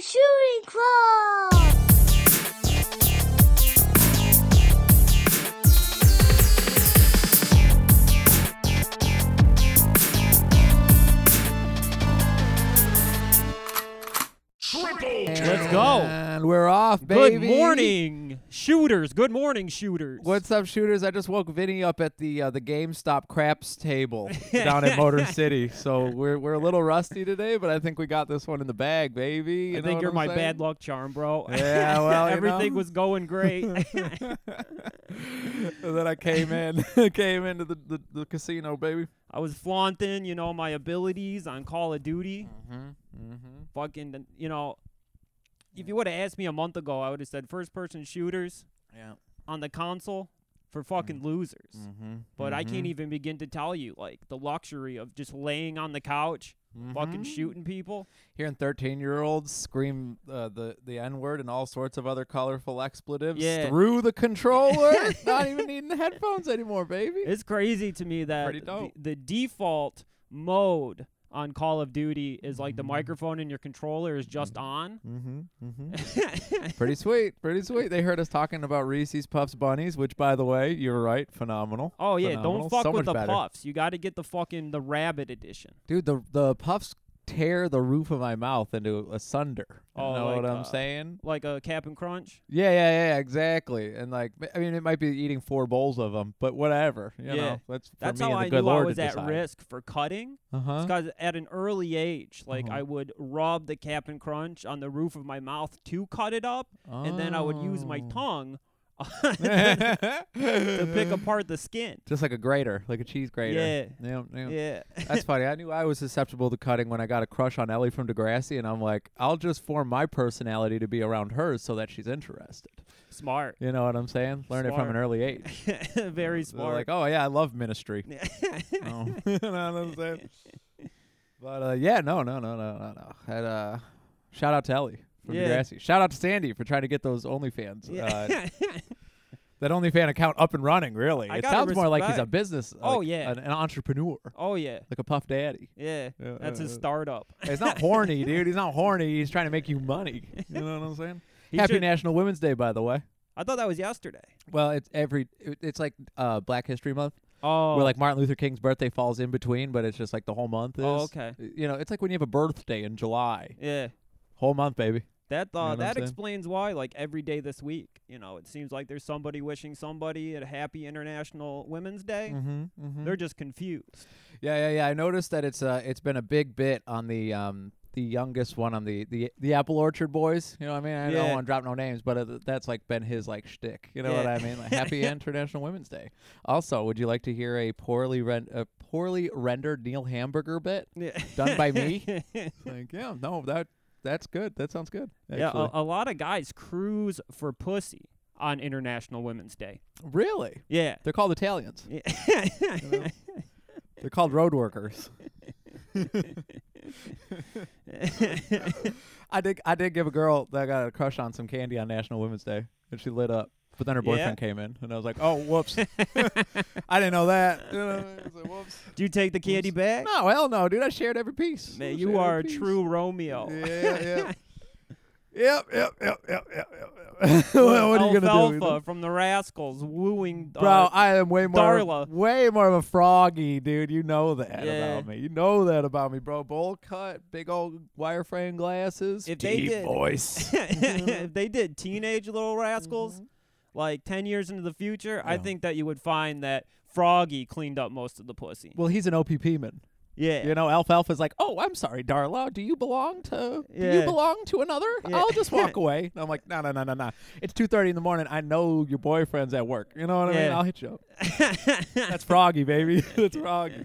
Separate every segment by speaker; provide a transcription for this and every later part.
Speaker 1: Shooting Club!
Speaker 2: Let's go.
Speaker 3: And we're off, baby.
Speaker 2: Good morning, shooters. Good morning, shooters.
Speaker 3: What's up, shooters? I just woke Vinny up at the uh, the GameStop craps table down at Motor City, so we're we're a little rusty today, but I think we got this one in the bag, baby. You
Speaker 2: I
Speaker 3: know
Speaker 2: think
Speaker 3: what
Speaker 2: you're
Speaker 3: I'm
Speaker 2: my
Speaker 3: saying?
Speaker 2: bad luck charm, bro.
Speaker 3: Yeah, well, you
Speaker 2: everything
Speaker 3: know.
Speaker 2: was going great.
Speaker 3: and then I came in, came into the, the, the casino, baby.
Speaker 2: I was flaunting, you know, my abilities on Call of Duty.
Speaker 3: Mm-hmm. Mm-hmm.
Speaker 2: Fucking, you know, if you would have asked me a month ago, I would have said first-person shooters
Speaker 3: Yeah.
Speaker 2: on the console for fucking losers.
Speaker 3: Mm-hmm.
Speaker 2: But I can't even begin to tell you, like, the luxury of just laying on the couch,
Speaker 3: mm-hmm.
Speaker 2: fucking shooting people.
Speaker 3: Hearing thirteen-year-olds scream uh, the the N-word and all sorts of other colorful expletives
Speaker 2: Yeah.
Speaker 3: through the controller, not even needing the headphones anymore, baby.
Speaker 2: It's crazy to me that
Speaker 3: Pretty
Speaker 2: the,
Speaker 3: dope.
Speaker 2: the default mode on Call of Duty is like the microphone in your controller is just on.
Speaker 3: Mm-hmm. Mm-hmm. pretty sweet. Pretty sweet. They heard us talking about Reese's Puffs Bunnies, which, by the way, you're right. Phenomenal.
Speaker 2: Oh yeah,
Speaker 3: Phenomenal.
Speaker 2: don't fuck
Speaker 3: So much
Speaker 2: with the
Speaker 3: better.
Speaker 2: puffs. You got to get the fucking the rabbit edition.
Speaker 3: Dude, the, the puffs tear the roof of my mouth into asunder. You
Speaker 2: Oh,
Speaker 3: know
Speaker 2: like,
Speaker 3: what I'm
Speaker 2: uh,
Speaker 3: saying?
Speaker 2: Like a cap and crunch.
Speaker 3: Yeah, yeah, yeah, exactly. And like, m- I mean, it might be eating four bowls of them, but whatever. You
Speaker 2: Yeah.
Speaker 3: know, that's for
Speaker 2: That's
Speaker 3: me
Speaker 2: how
Speaker 3: and the
Speaker 2: I
Speaker 3: good
Speaker 2: knew I
Speaker 3: Lord
Speaker 2: was
Speaker 3: to
Speaker 2: at
Speaker 3: decide.
Speaker 2: risk for cutting.
Speaker 3: Uh huh.
Speaker 2: Because at an early age, like
Speaker 3: Uh-huh.
Speaker 2: I would rub the cap and crunch on the roof of my mouth to cut it up, and then I would use my
Speaker 3: Oh.
Speaker 2: tongue to pick apart the skin.
Speaker 3: Just like a grater, like a cheese grater. Yeah. Yeah.
Speaker 2: Yeah.
Speaker 3: That's funny. I knew I was susceptible to cutting when I got a crush on Ellie from Degrassi, and I'm like, I'll just form my personality to be around hers so that she's interested.
Speaker 2: Smart.
Speaker 3: You know what I'm saying? Learn it from
Speaker 2: Smart.
Speaker 3: an early age.
Speaker 2: Very
Speaker 3: They're
Speaker 2: smart.
Speaker 3: Like, oh yeah, I love ministry. Oh. you know what I'm saying? But uh, yeah, no, no, no, no, no, no. Had, uh, shout out to Ellie from
Speaker 2: Yeah.
Speaker 3: Degrassi. Shout out to Sandy for trying to get those OnlyFans. Uh,
Speaker 2: yeah.
Speaker 3: that OnlyFan account up and running. Really,
Speaker 2: I
Speaker 3: it
Speaker 2: gotta
Speaker 3: sounds more like he's a
Speaker 2: respect.
Speaker 3: business.
Speaker 2: Oh,
Speaker 3: like
Speaker 2: yeah.
Speaker 3: an, an entrepreneur,
Speaker 2: oh yeah.
Speaker 3: like a puff daddy.
Speaker 2: Yeah.
Speaker 3: Yeah,
Speaker 2: That's his
Speaker 3: uh,
Speaker 2: startup.
Speaker 3: He's not horny, dude. He's not horny. He's trying to make you money. You know what I'm saying?
Speaker 2: He
Speaker 3: Happy
Speaker 2: should-
Speaker 3: National Women's Day, by the way.
Speaker 2: I thought that was yesterday.
Speaker 3: Well, it's every. it- It's like uh, Black History Month,
Speaker 2: Oh.
Speaker 3: where like Martin Luther King's birthday falls in between, but it's just like the whole month is.
Speaker 2: Oh, okay.
Speaker 3: You know, it's like when you have a birthday in July,
Speaker 2: Yeah.
Speaker 3: whole month, baby.
Speaker 2: That
Speaker 3: what
Speaker 2: uh,
Speaker 3: I'm
Speaker 2: that
Speaker 3: saying?
Speaker 2: explains why like every day this week, you know, it seems like there's somebody wishing somebody a happy International Women's Day.
Speaker 3: Mm-hmm, mm-hmm.
Speaker 2: They're just confused.
Speaker 3: Yeah, yeah, yeah. I noticed that it's uh, it's been a big bit on the um, the youngest one on the the the Apple Orchard Boys. You know what I mean? I
Speaker 2: Yeah.
Speaker 3: don't want to drop no names, but uh, th- that's like been his like shtick. You know what
Speaker 2: Yeah.
Speaker 3: I mean? Like, Happy International Women's Day. Also, would you like to hear a poorly ren- a poorly rendered Neil Hamburger bit
Speaker 2: Yeah.
Speaker 3: done by me?
Speaker 2: yeah,
Speaker 3: like, yeah, no, that that's good. That sounds good.
Speaker 2: a,
Speaker 3: Actually.
Speaker 2: a lot of guys cruise for pussy on International Women's Day.
Speaker 3: really?
Speaker 2: Yeah.
Speaker 3: They're called Italians.
Speaker 2: Yeah.
Speaker 3: They're called road workers. I did. I did give a girl that I got a crush on some candy on National Women's Day, and she lit up. But then her
Speaker 2: Yeah?
Speaker 3: boyfriend came in, and I was like, "Oh, whoops! I didn't know that." You know what I mean? I was like, whoops.
Speaker 2: Do you take the candy back?
Speaker 3: No, hell no, dude! I shared every piece. I
Speaker 2: Man, you
Speaker 3: shared every
Speaker 2: are a
Speaker 3: piece.
Speaker 2: true Romeo.
Speaker 3: Yeah, yeah. Yep, yep, yep, yep, yep, yep. what, what are you gonna do? you know?
Speaker 2: Alfalfa from the Rascals wooing.
Speaker 3: Bro,
Speaker 2: uh,
Speaker 3: I am way more,
Speaker 2: Darla.
Speaker 3: way more of a froggy, dude. You know that
Speaker 2: Yeah.
Speaker 3: about me. You know that about me, bro. Bowl cut, big old wireframe glasses,
Speaker 2: If they
Speaker 3: deep
Speaker 2: did-
Speaker 3: voice.
Speaker 2: if they did teenage little rascals like 10 years into the future i
Speaker 3: Yeah.
Speaker 2: think that you would find that froggy cleaned up most of the pussy
Speaker 3: well, he's an OPP man.
Speaker 2: yeah
Speaker 3: You know, Alfalfa's like, oh, I'm sorry, Darla. Do you belong to? Do
Speaker 2: Yeah.
Speaker 3: you belong to another?
Speaker 2: Yeah.
Speaker 3: I'll just walk away. And I'm like, no, no, no, no, no. It's two thirty in the morning. I know your boyfriend's at work. You know what I mean?
Speaker 2: Yeah.
Speaker 3: I'll hit you up. That's froggy, baby. That's froggy.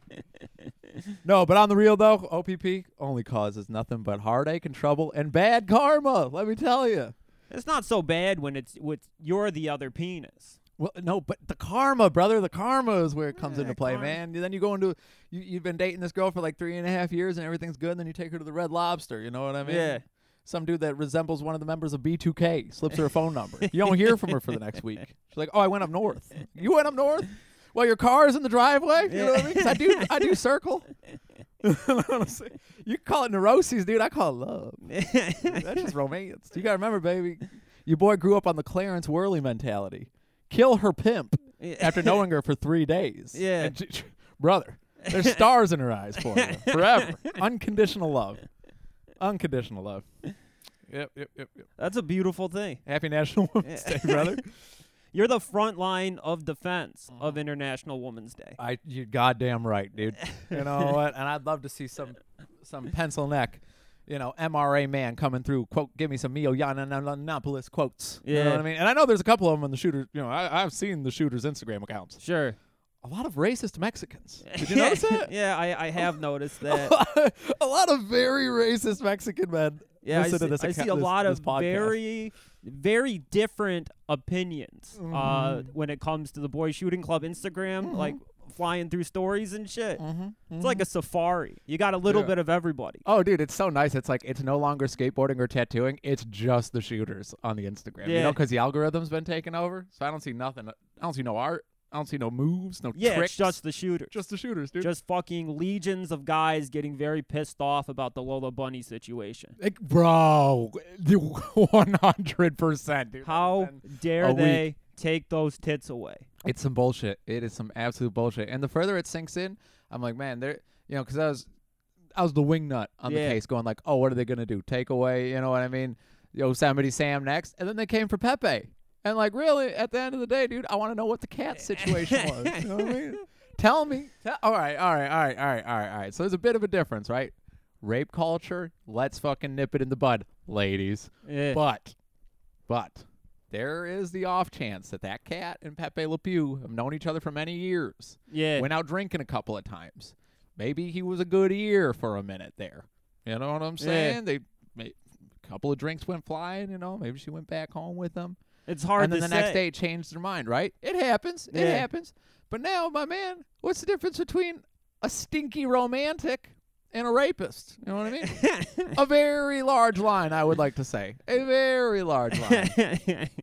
Speaker 3: No, but on the real though, OPP only causes nothing but heartache and trouble and bad karma. Let me tell you.
Speaker 2: it's not so bad when it's with you're the other penis
Speaker 3: Well, no, but the karma, brother, the karma is where it comes
Speaker 2: Yeah,
Speaker 3: into play,
Speaker 2: karma.
Speaker 3: man. Then you go into you, you've been dating this girl for like three and a half years, and everything's good. And then you take her to the Red Lobster. You know what I mean?
Speaker 2: Yeah.
Speaker 3: Some dude that resembles one of the members of B2K slips her a phone number. You don't hear from her for the next week. She's like, "Oh, I went up north. You went up north? Well, your car's in the driveway. You know what I mean? 'Cause I do, I do circle. You know what I'm saying? You call it neuroses, dude. I call it love. That's just romance. You gotta remember, baby. Your boy grew up on the Clarence Worley mentality. Kill her pimp after knowing her for three days.
Speaker 2: Yeah.
Speaker 3: And she- brother, there's stars in her eyes for you forever. Unconditional love. Unconditional love. Yep, yep, yep, yep.
Speaker 2: That's a beautiful thing.
Speaker 3: Happy National Women's Day, brother.
Speaker 2: You're the front line of defense of International Women's Day.
Speaker 3: I you goddamn right, dude. You know what? And I'd love to see some some pencil neck, you know, MRA man coming through. Quote, give me some Mio Yiannopoulos quotes. You know what
Speaker 2: Yeah.
Speaker 3: I mean? And I know there's a couple of them on the shooter. You know, I, I've seen the shooter's Instagram accounts.
Speaker 2: Sure.
Speaker 3: A lot of racist Mexicans. Did you notice that?
Speaker 2: yeah, I, I have noticed that.
Speaker 3: a lot of very racist Mexican men.
Speaker 2: Yeah, I
Speaker 3: listen
Speaker 2: see,
Speaker 3: to this
Speaker 2: I
Speaker 3: account-
Speaker 2: see a
Speaker 3: this-
Speaker 2: lot
Speaker 3: this
Speaker 2: of
Speaker 3: podcast.
Speaker 2: very, very different opinions uh,
Speaker 3: Mm-hmm.
Speaker 2: when it comes to the Boy Shooting Club Instagram, like flying through stories and shit. It's like a safari. You got a little
Speaker 3: Mm-hmm. Yeah.
Speaker 2: bit of everybody.
Speaker 3: Oh, dude, it's so nice. It's like it's no longer skateboarding or tattooing. It's just the shooters on the Instagram. You know,
Speaker 2: Yeah.
Speaker 3: because the algorithm's been taken over. So I don't see nothing. I don't see no art. I don't see no moves, no
Speaker 2: Yeah,
Speaker 3: tricks.
Speaker 2: it's just the shooters.
Speaker 3: just the shooters, dude.
Speaker 2: just fucking legions of guys getting very pissed off about the Lola Bunny situation.
Speaker 3: like, bro, one hundred percent, dude.
Speaker 2: How
Speaker 3: a
Speaker 2: dare
Speaker 3: week.
Speaker 2: they take those tits away?
Speaker 3: It's some bullshit. It is some absolute bullshit. And the further it sinks in, I'm like, man, they're you know, because I was, I was the wingnut on
Speaker 2: Yeah.
Speaker 3: the case, going like, oh, what are they gonna do? Take away, you know what I mean? Yosemite Sam next, and then they came for Pepe, and like, really, at the end of the day, dude, I want to know what the cat situation was. You know what I mean? Tell me. Tell, all right, all right, all right, all right, all right, all right. So there's a bit of a difference, right? Rape culture. Let's fucking nip it in the bud, ladies.
Speaker 2: Yeah.
Speaker 3: But, but there is the off chance that that cat and Pepe Le Pew have known each other for many years.
Speaker 2: yeah.
Speaker 3: Went out drinking a couple of times. Maybe he was a good ear for a minute there. You know what I'm
Speaker 2: Yeah.
Speaker 3: saying? They, may a couple of drinks went flying. You know, maybe she went back home with him.
Speaker 2: it's hard
Speaker 3: and then
Speaker 2: to
Speaker 3: the next
Speaker 2: say.
Speaker 3: day it changed their mind. Right? It happens. It
Speaker 2: Yeah.
Speaker 3: happens. But now, my man, what's the difference between a stinky romantic and a rapist? You know what I mean? a very large line, I would like to say. A very large line.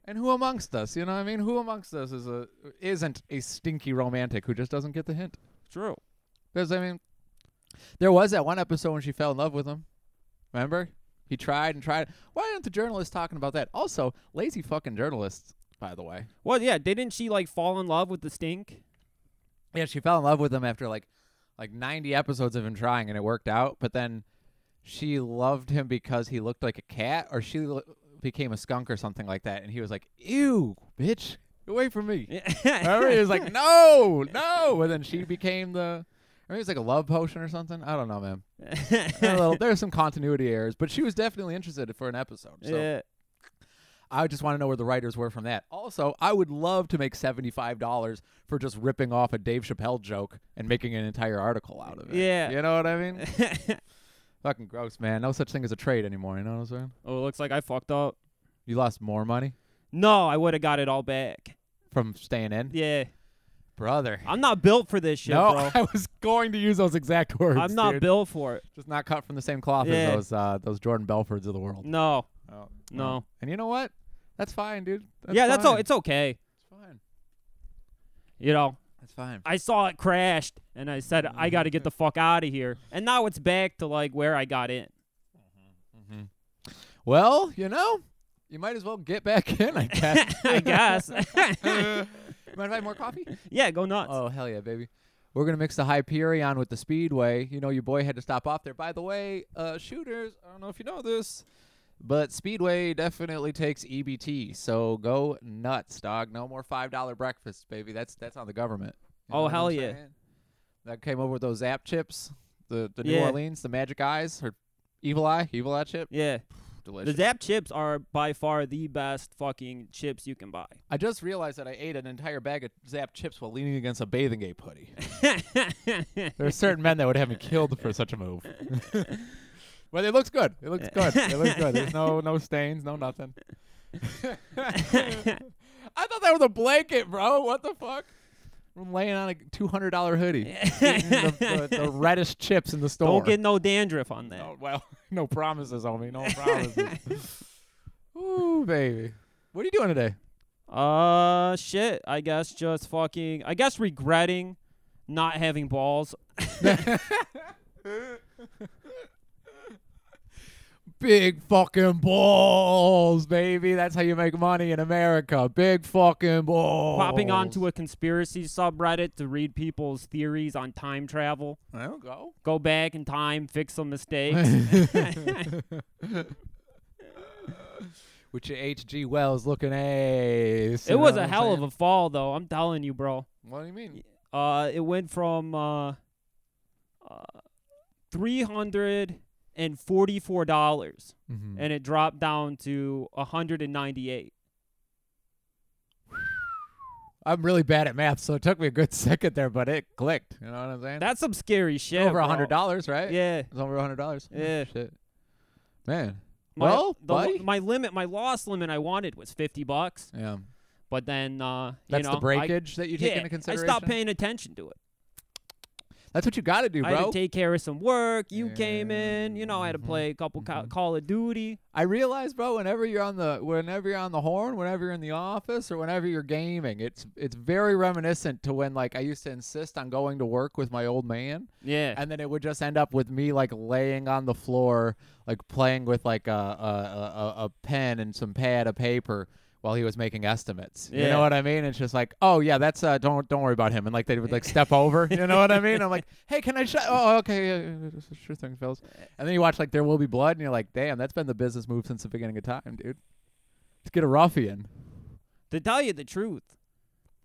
Speaker 3: and who amongst us, you know what I mean? Who amongst us is a isn't a stinky romantic who just doesn't get the hint?
Speaker 2: True.
Speaker 3: Because I mean there was that one episode when she fell in love with him. Remember? He tried and tried. Why aren't the journalists talking about that? Also, lazy fucking journalists, by the way.
Speaker 2: Well, yeah, didn't she like fall in love with the stink?
Speaker 3: Yeah, she fell in love with him after like like 90 episodes of him trying and it worked out, but then she loved him because he looked like a cat or she lo- became a skunk or something like that and he was like, "Ew, bitch, get away from me." Remember? He was like, "No, no." And then she became the I mean, it was like a love potion or something. I don't know, man. A little- There's some continuity errors, but she was definitely interested for an episode. So
Speaker 2: yeah.
Speaker 3: I just want to know where the writers were from that. Also, I would love to make seventy-five dollars for just ripping off a Dave Chappelle joke and making an entire article out of it.
Speaker 2: Yeah.
Speaker 3: you know what I mean? Fucking gross, man. No such thing as a trade anymore. You know what I'm saying?
Speaker 2: oh, it looks like I fucked up.
Speaker 3: You lost more money
Speaker 2: No, I would have got it all back.
Speaker 3: from staying in,
Speaker 2: Yeah.
Speaker 3: brother.
Speaker 2: I'm not built for this shit,
Speaker 3: no,
Speaker 2: bro.
Speaker 3: I was going to use those exact words.
Speaker 2: I'm not
Speaker 3: dude.
Speaker 2: built for it.
Speaker 3: Just not cut from the same cloth
Speaker 2: Yeah.
Speaker 3: as those uh, those Jordan Belfords of the world.
Speaker 2: No.
Speaker 3: Oh,
Speaker 2: No.
Speaker 3: And you know what? That's fine, dude. That's
Speaker 2: yeah, that's all.
Speaker 3: fine.
Speaker 2: It's okay.
Speaker 3: It's fine.
Speaker 2: You know,
Speaker 3: That's fine.
Speaker 2: I saw it crashed and I said, I got to get the fuck out of here. And now it's back to like where I got in.
Speaker 3: Well, you know, you might as well get back in, I guess.
Speaker 2: I guess.
Speaker 3: Mind if I have more coffee?
Speaker 2: yeah, go nuts.
Speaker 3: Oh, hell yeah, baby. We're going to mix the Hyperion with the Speedway. You know, your boy had to stop off there. By the way, uh, shooters, I don't know if you know this, but Speedway definitely takes EBT. So go nuts, dog. No more $5 breakfasts, baby. That's that's on the government. You
Speaker 2: Oh,
Speaker 3: know what
Speaker 2: hell
Speaker 3: I'm
Speaker 2: yeah.
Speaker 3: saying? That came over with those Zap chips, the, the New
Speaker 2: Yeah.
Speaker 3: Orleans, the Magic Eyes, or Evil Eye, Evil Eye chip.
Speaker 2: yeah. The
Speaker 3: Delicious.
Speaker 2: Zap chips are by far the best fucking chips you can buy.
Speaker 3: I just realized that I ate an entire bag of Zap chips while leaning against a bathing ape hoodie. there are certain men that would have me killed for such a move. but it looks good. It looks good. It looks good. There's no no stains, no nothing. I thought that was a blanket, bro. What the fuck? I'm laying on a two hundred dollar hoodie, eating the, the, the reddest chips in the store.
Speaker 2: Don't get no dandruff on that.
Speaker 3: No, well, no promises, homie. No promises. Ooh, baby. What are you doing today?
Speaker 2: Uh, shit. I guess just fucking. I guess regretting not having balls.
Speaker 3: Big fucking balls, baby. That's how you make money in America. Big fucking balls.
Speaker 2: Popping onto a conspiracy subreddit to read people's theories on time travel.
Speaker 3: There we go.
Speaker 2: Go back in time, fix some mistakes.
Speaker 3: Which your H.G. Wells looking ace.
Speaker 2: it was a hell of a fall, though. I'm telling you, bro.
Speaker 3: What do you mean?
Speaker 2: Uh, it went from uh, uh, three hundred and forty-four dollars,
Speaker 3: Mm-hmm.
Speaker 2: and it dropped down to hundred and ninety-eight.
Speaker 3: I'm really bad at math, so it took me a good second there, but it clicked. You know what I'm saying?
Speaker 2: That's some scary shit.
Speaker 3: over
Speaker 2: bro.
Speaker 3: a hundred dollars, right?
Speaker 2: Yeah.
Speaker 3: It's over a hundred dollars. Oh,
Speaker 2: Yeah.
Speaker 3: Shit. Man.
Speaker 2: My,
Speaker 3: well,
Speaker 2: the,
Speaker 3: buddy.
Speaker 2: my limit, my loss limit, I wanted was fifty bucks,
Speaker 3: yeah.
Speaker 2: but then uh,
Speaker 3: That's
Speaker 2: you know,
Speaker 3: the breakage that
Speaker 2: I,
Speaker 3: you take
Speaker 2: yeah,
Speaker 3: into consideration.
Speaker 2: I stopped paying attention to it.
Speaker 3: That's what you got to do,
Speaker 2: I had
Speaker 3: bro.
Speaker 2: to take care of some work. You came
Speaker 3: Yeah.
Speaker 2: in, you know, I had to
Speaker 3: Mhm.
Speaker 2: play a couple co-
Speaker 3: Mhm.
Speaker 2: Call of Duty.
Speaker 3: I realize, bro, whenever you're on the whenever you're on the horn, whenever you're in the office or whenever you're gaming, it's it's very reminiscent to when like I used to insist on going to work with my old man
Speaker 2: Yeah,
Speaker 3: and then it would just end up with me like laying on the floor, like playing with like a a, a, a- a pen and some pad of paper while he was making estimates. You
Speaker 2: Yeah.
Speaker 3: know what I mean? It's just like, oh yeah, that's uh, don't don't worry about him. And like they would like step over. You know what I mean? I'm like, hey, can I shut? Oh, okay, yeah, yeah, yeah, sure thing, fellas. And then you watch like There Will Be Blood, and you're like, damn, that's been the business move since the beginning of time, dude. Let's get a ruffian.
Speaker 2: to tell you the truth,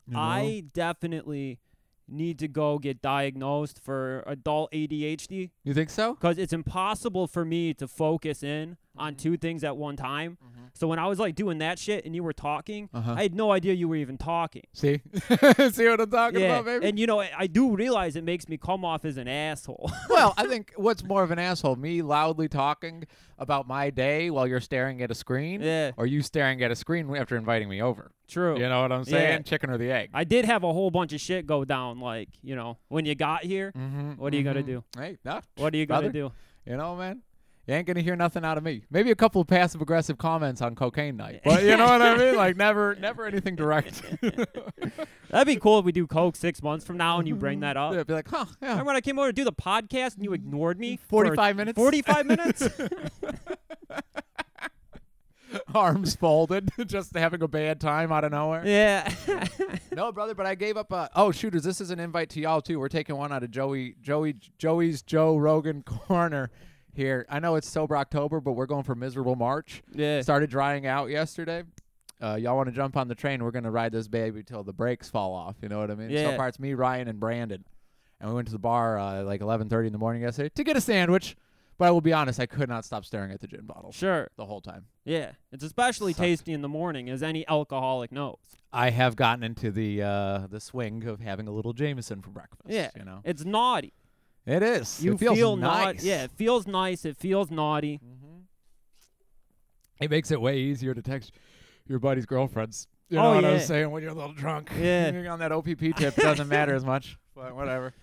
Speaker 3: you know?
Speaker 2: I definitely need to go get diagnosed for adult ADHD
Speaker 3: you think so?
Speaker 2: because it's impossible for me to focus in
Speaker 3: Mm-hmm.
Speaker 2: on two things at one time. So when I was like doing that shit and you were talking,
Speaker 3: Uh-huh.
Speaker 2: I had no idea you were even talking.
Speaker 3: See, see what I'm talking
Speaker 2: yeah,
Speaker 3: about, baby.
Speaker 2: and you know I, I do realize it makes me come off as an asshole.
Speaker 3: well, I think what's more of an asshole, me loudly talking about my day while you're staring at a screen,
Speaker 2: Yeah.
Speaker 3: or you staring at a screen after inviting me over.
Speaker 2: True.
Speaker 3: You know what I'm
Speaker 2: Yeah.
Speaker 3: saying? Chicken or the egg.
Speaker 2: I did have a whole bunch of shit go down. Like you know when you got here,
Speaker 3: Mhm,
Speaker 2: What are you gonna
Speaker 3: mhm.
Speaker 2: do?
Speaker 3: Hey, no,
Speaker 2: what are you gonna
Speaker 3: brother,
Speaker 2: do?
Speaker 3: You know, man, you ain't gonna hear nothing out of me. Maybe a couple of passive aggressive comments on cocaine night, but you know what I mean? Like never, never anything direct.
Speaker 2: That'd be cool if we do coke six months from now and you bring that up.
Speaker 3: Yeah, be like, huh? Yeah.
Speaker 2: Remember when I came over to do the podcast and you ignored me? for
Speaker 3: 45 minutes?
Speaker 2: 45 minutes?
Speaker 3: Arms folded, just having a bad time out of nowhere.
Speaker 2: yeah.
Speaker 3: no, brother, but I gave up. Uh, oh, shooters! This is an invite to y'all too. We're taking one out of Joey, Joey, Joey's Joe Rogan corner here. I know it's sober October, but we're going for miserable March.
Speaker 2: yeah.
Speaker 3: Started drying out yesterday. Uh, y'all want to jump on the train? We're gonna ride this baby till the brakes fall off. You know what I mean? So
Speaker 2: Yeah.
Speaker 3: far, it's me, Ryan, and Brandon, and we went to the bar uh, like 11:30 in the morning yesterday to get a sandwich. But I will be honest, I could not stop staring at the gin bottle
Speaker 2: Sure.
Speaker 3: the whole time.
Speaker 2: Yeah. It's especially
Speaker 3: Sucked.
Speaker 2: tasty in the morning, as any alcoholic knows.
Speaker 3: I have gotten into the uh, the swing of having a little Jameson for breakfast.
Speaker 2: Yeah.
Speaker 3: you know.
Speaker 2: It's naughty.
Speaker 3: It is.
Speaker 2: You
Speaker 3: Oh. it feels
Speaker 2: feel nau-
Speaker 3: nice.
Speaker 2: Yeah. It feels nice. It feels naughty.
Speaker 3: It makes it way easier to text your buddy's girlfriends. You
Speaker 2: Oh,
Speaker 3: know what I'm
Speaker 2: yeah.
Speaker 3: saying? When you're a little drunk.
Speaker 2: Yeah.
Speaker 3: You're on that OPP tip. It doesn't matter as much, but whatever.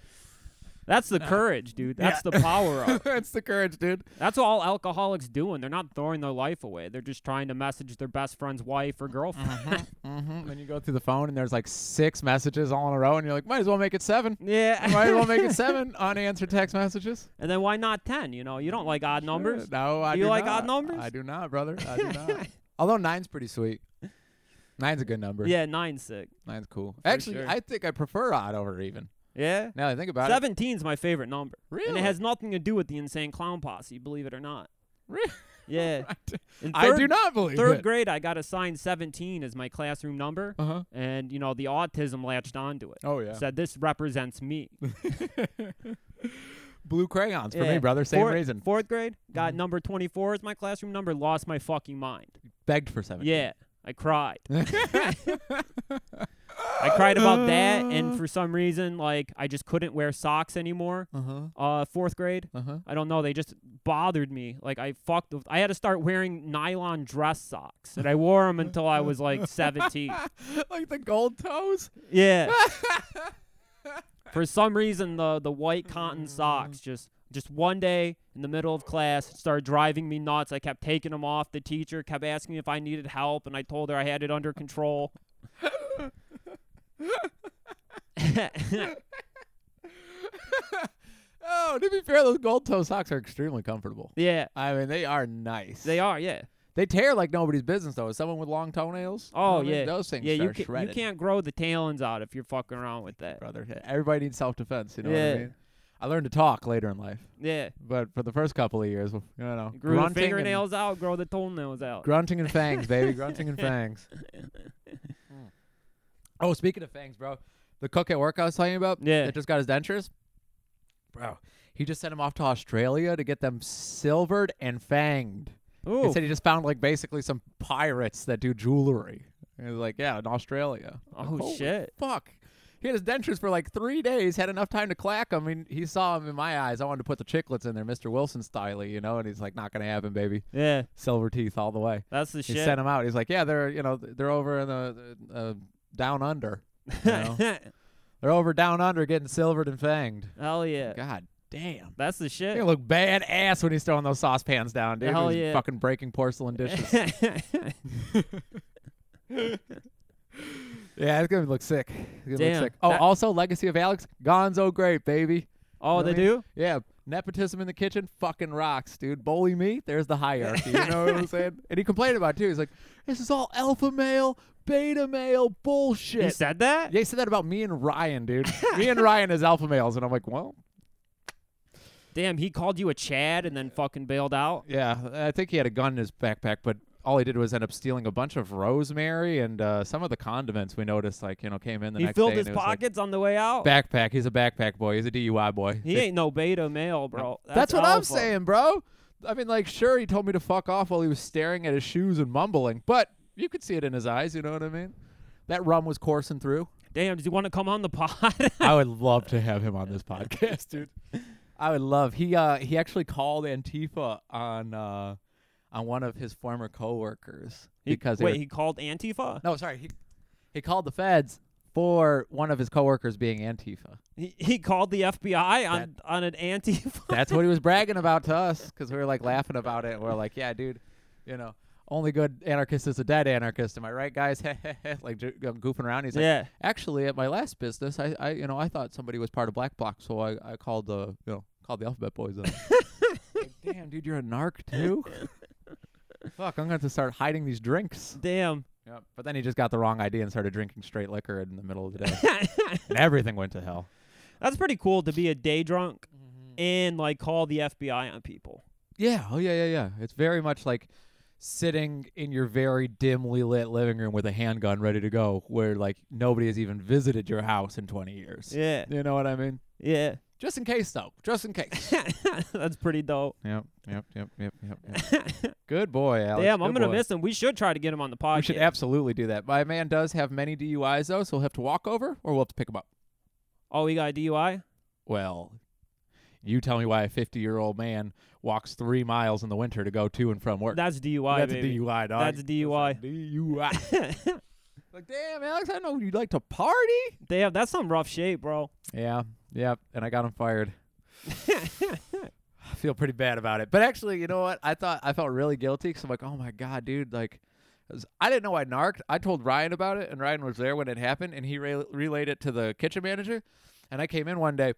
Speaker 2: That's the courage, dude. That's the power of it.
Speaker 3: That's the courage, dude.
Speaker 2: That's what all alcoholics doing. They're not throwing their life away. They're just trying to message their best friend's wife or girlfriend.
Speaker 3: Mm-hmm. Then you go through the phone and there's like six messages all in a row, and you're like, might as well make it seven.
Speaker 2: yeah.
Speaker 3: Might as well make it seven unanswered text messages.
Speaker 2: and then why not 10? You know, you don't like odd numbers.
Speaker 3: Sure. No, I
Speaker 2: Do
Speaker 3: do,
Speaker 2: you like
Speaker 3: not.
Speaker 2: odd numbers?
Speaker 3: I do not, brother. I do not. Although nine's pretty sweet. Nine's a good number.
Speaker 2: Yeah, nine's sick.
Speaker 3: Nine's cool. Actually,
Speaker 2: sure.
Speaker 3: I think I prefer odd over even.
Speaker 2: Yeah.
Speaker 3: Now that I think about it.
Speaker 2: Seventeen's my favorite number. And
Speaker 3: Really?
Speaker 2: it has nothing to do with the insane clown posse, believe it or not.
Speaker 3: Really?
Speaker 2: Yeah. In
Speaker 3: I do
Speaker 2: third-
Speaker 3: not believe
Speaker 2: Third
Speaker 3: it.
Speaker 2: grade, I got assigned 17 as my classroom number,
Speaker 3: Uh huh.
Speaker 2: and you know the autism latched onto it.
Speaker 3: Oh yeah.
Speaker 2: Said this represents me.
Speaker 3: Blue crayons for
Speaker 2: Yeah.
Speaker 3: me, brother. Same
Speaker 2: fourth,
Speaker 3: reason. Mm-hmm.
Speaker 2: Fourth grade, got number 24 as my classroom number. Lost my fucking mind.
Speaker 3: Begged for seven.
Speaker 2: Yeah, I cried. I cried about that, and for some reason, like I just couldn't wear socks anymore.
Speaker 3: Uh huh.
Speaker 2: Uh, fourth grade,
Speaker 3: Uh huh.
Speaker 2: I don't know. They just bothered me. Like I fucked. With, I had to start wearing nylon dress socks, and I wore them until I was like 17.
Speaker 3: like the gold toes.
Speaker 2: Yeah. For some reason, the the white
Speaker 3: Mm.
Speaker 2: cotton socks just just one day in the middle of class started driving me nuts. I kept taking them off. The teacher kept asking me if I needed help, and I told her I had it under control.
Speaker 3: Oh, to be fair, those gold toe socks are extremely comfortable.
Speaker 2: Yeah,
Speaker 3: I mean, they are nice.
Speaker 2: they are. Yeah.
Speaker 3: They tear like nobody's business though. Is someone with long toenails? you know
Speaker 2: Oh
Speaker 3: what I mean?
Speaker 2: yeah.
Speaker 3: those things
Speaker 2: Yeah,
Speaker 3: are
Speaker 2: you ca-
Speaker 3: shredded.
Speaker 2: you can't grow the talons out if you're fucking around with that.
Speaker 3: brother. Everybody needs self defense. You know
Speaker 2: Yeah.
Speaker 3: what I mean? I learned to talk later in life,
Speaker 2: Yeah.
Speaker 3: but for the first couple of years, you know,
Speaker 2: Grow the
Speaker 3: grunting and,
Speaker 2: fingernails out, grow the toenails out.
Speaker 3: grunting and fangs, baby, grunting and fangs. Oh, speaking of fangs, bro, the cook at work I was telling you about,
Speaker 2: Yeah.
Speaker 3: that just got his dentures, bro. He just sent him off to Australia to get them silvered and fanged. He
Speaker 2: Ooh.
Speaker 3: said he just found like basically some pirates that do jewelry. And he was like, yeah, in Australia. I'm like,
Speaker 2: Oh,
Speaker 3: "Holy
Speaker 2: shit.
Speaker 3: Fuck. He had his dentures for like three days. Had enough time to clack 'em. I mean, he saw him in my eyes. I wanted to put the chiclets in there, Mr. Wilson style, you know. And he's like, not gonna happen, baby.
Speaker 2: Yeah.
Speaker 3: Silver teeth all the way.
Speaker 2: That's the
Speaker 3: He
Speaker 2: shit.
Speaker 3: sent him out. He's like, yeah, they're you know they're over in the uh, down under. you know? they're over down under getting silvered and fanged.
Speaker 2: Hell yeah.
Speaker 3: God damn.
Speaker 2: That's the
Speaker 3: He's
Speaker 2: shit.
Speaker 3: gonna look badass when he's throwing those saucepans down, dude.
Speaker 2: Hell
Speaker 3: He's
Speaker 2: yeah.
Speaker 3: Fucking breaking porcelain dishes. Yeah, it's gonna look sick. It's gonna
Speaker 2: Damn.
Speaker 3: look sick. Oh,
Speaker 2: That-
Speaker 3: also Legacy of Alex, Gonzo great, baby.
Speaker 2: oh,
Speaker 3: You know
Speaker 2: they
Speaker 3: what I mean?
Speaker 2: do?
Speaker 3: Yeah. Nepotism in the kitchen fucking rocks, dude. Bully me, there's the hierarchy. You know what I'm saying? And he complained about it too. He's like, This is all alpha male, beta male bullshit.
Speaker 2: He said that?
Speaker 3: yeah, he said that about me and Ryan, dude. me and Ryan as alpha males, and I'm like, Well,
Speaker 2: Damn, he called you a Chad and then fucking bailed out?
Speaker 3: yeah, I think he had a gun in his backpack, but all he did was end up stealing a bunch of rosemary and uh, some of the condiments we noticed, like, you know, came in the
Speaker 2: He
Speaker 3: next
Speaker 2: filled
Speaker 3: day.
Speaker 2: his
Speaker 3: and it was like,
Speaker 2: pockets on the way out?
Speaker 3: Backpack. He's a backpack boy. He's a DUI boy.
Speaker 2: He ain't no beta male, bro.
Speaker 3: That's, what I'm
Speaker 2: alpha.
Speaker 3: saying, bro. I mean, like, sure, he told me to fuck off while he was staring at his shoes and mumbling, but you could see it in his eyes. You know what I mean? That rum was coursing through.
Speaker 2: Damn, does he want to come on the pod?
Speaker 3: I would love to have him on this podcast, dude. I would love. He uh he actually called Antifa on uh on one of his former coworkers
Speaker 2: He-
Speaker 3: because they
Speaker 2: wait,
Speaker 3: were-
Speaker 2: he called Antifa?
Speaker 3: no, sorry, he he called the feds for one of his coworkers being Antifa.
Speaker 2: He, he called the FBI on, on an Antifa?
Speaker 3: That's what he was bragging about to us because we were like laughing about it. And we are like, yeah, dude, you know, only good anarchist is a dead anarchist. Am I right, guys? like ju- go- goofing around. He's like,
Speaker 2: Yeah.
Speaker 3: actually, at my last business, I, I, you know, I thought somebody was part of Black Bloc, so I, I called the, you know, called the Alphabet Boys up. like, Damn, dude, you're a narc too. Fuck, I'm gonna have to start hiding these drinks.
Speaker 2: Damn.
Speaker 3: Yep. But then he just got the wrong idea and started drinking straight liquor in the middle of the day, and everything went to hell.
Speaker 2: That's pretty cool to be a day drunk
Speaker 3: Mm-hmm.
Speaker 2: and like call the FBI on people.
Speaker 3: Yeah. Oh, yeah, yeah, yeah. It's very much like sitting in your very dimly lit living room with a handgun ready to go, where like nobody has even visited your house in 20 years.
Speaker 2: Yeah.
Speaker 3: You know what I mean?
Speaker 2: Yeah.
Speaker 3: Just in case, though. Just in case.
Speaker 2: That's pretty dope.
Speaker 3: yep. Yep. Yep. Yep. Yep. yep. Good boy, Alex.
Speaker 2: Damn, I'm
Speaker 3: Good
Speaker 2: gonna
Speaker 3: boy.
Speaker 2: miss him. We should try to get him on the podcast.
Speaker 3: We should absolutely do that. My man does have many DUIs though, so he'll have to walk over, or we'll have to pick him up.
Speaker 2: oh, we got a DUI.
Speaker 3: Well, you tell me why a 50 year old man walks three miles in the winter to go to and from work.
Speaker 2: That's DUI,
Speaker 3: That's
Speaker 2: baby.
Speaker 3: a DUI, dog.
Speaker 2: That's a DUI.
Speaker 3: DUI. like, damn, Alex, I know you like to party.
Speaker 2: Damn, that's some rough shape, bro.
Speaker 3: Yeah, yeah, and I got him fired. I feel pretty bad about it, but actually, you know what? I thought I felt really guilty because I'm like, oh my god, dude, like. 'cause I didn't know I narked. I told Ryan about it, and Ryan was there when it happened, and he re- relayed it to the kitchen manager. And I came in one day,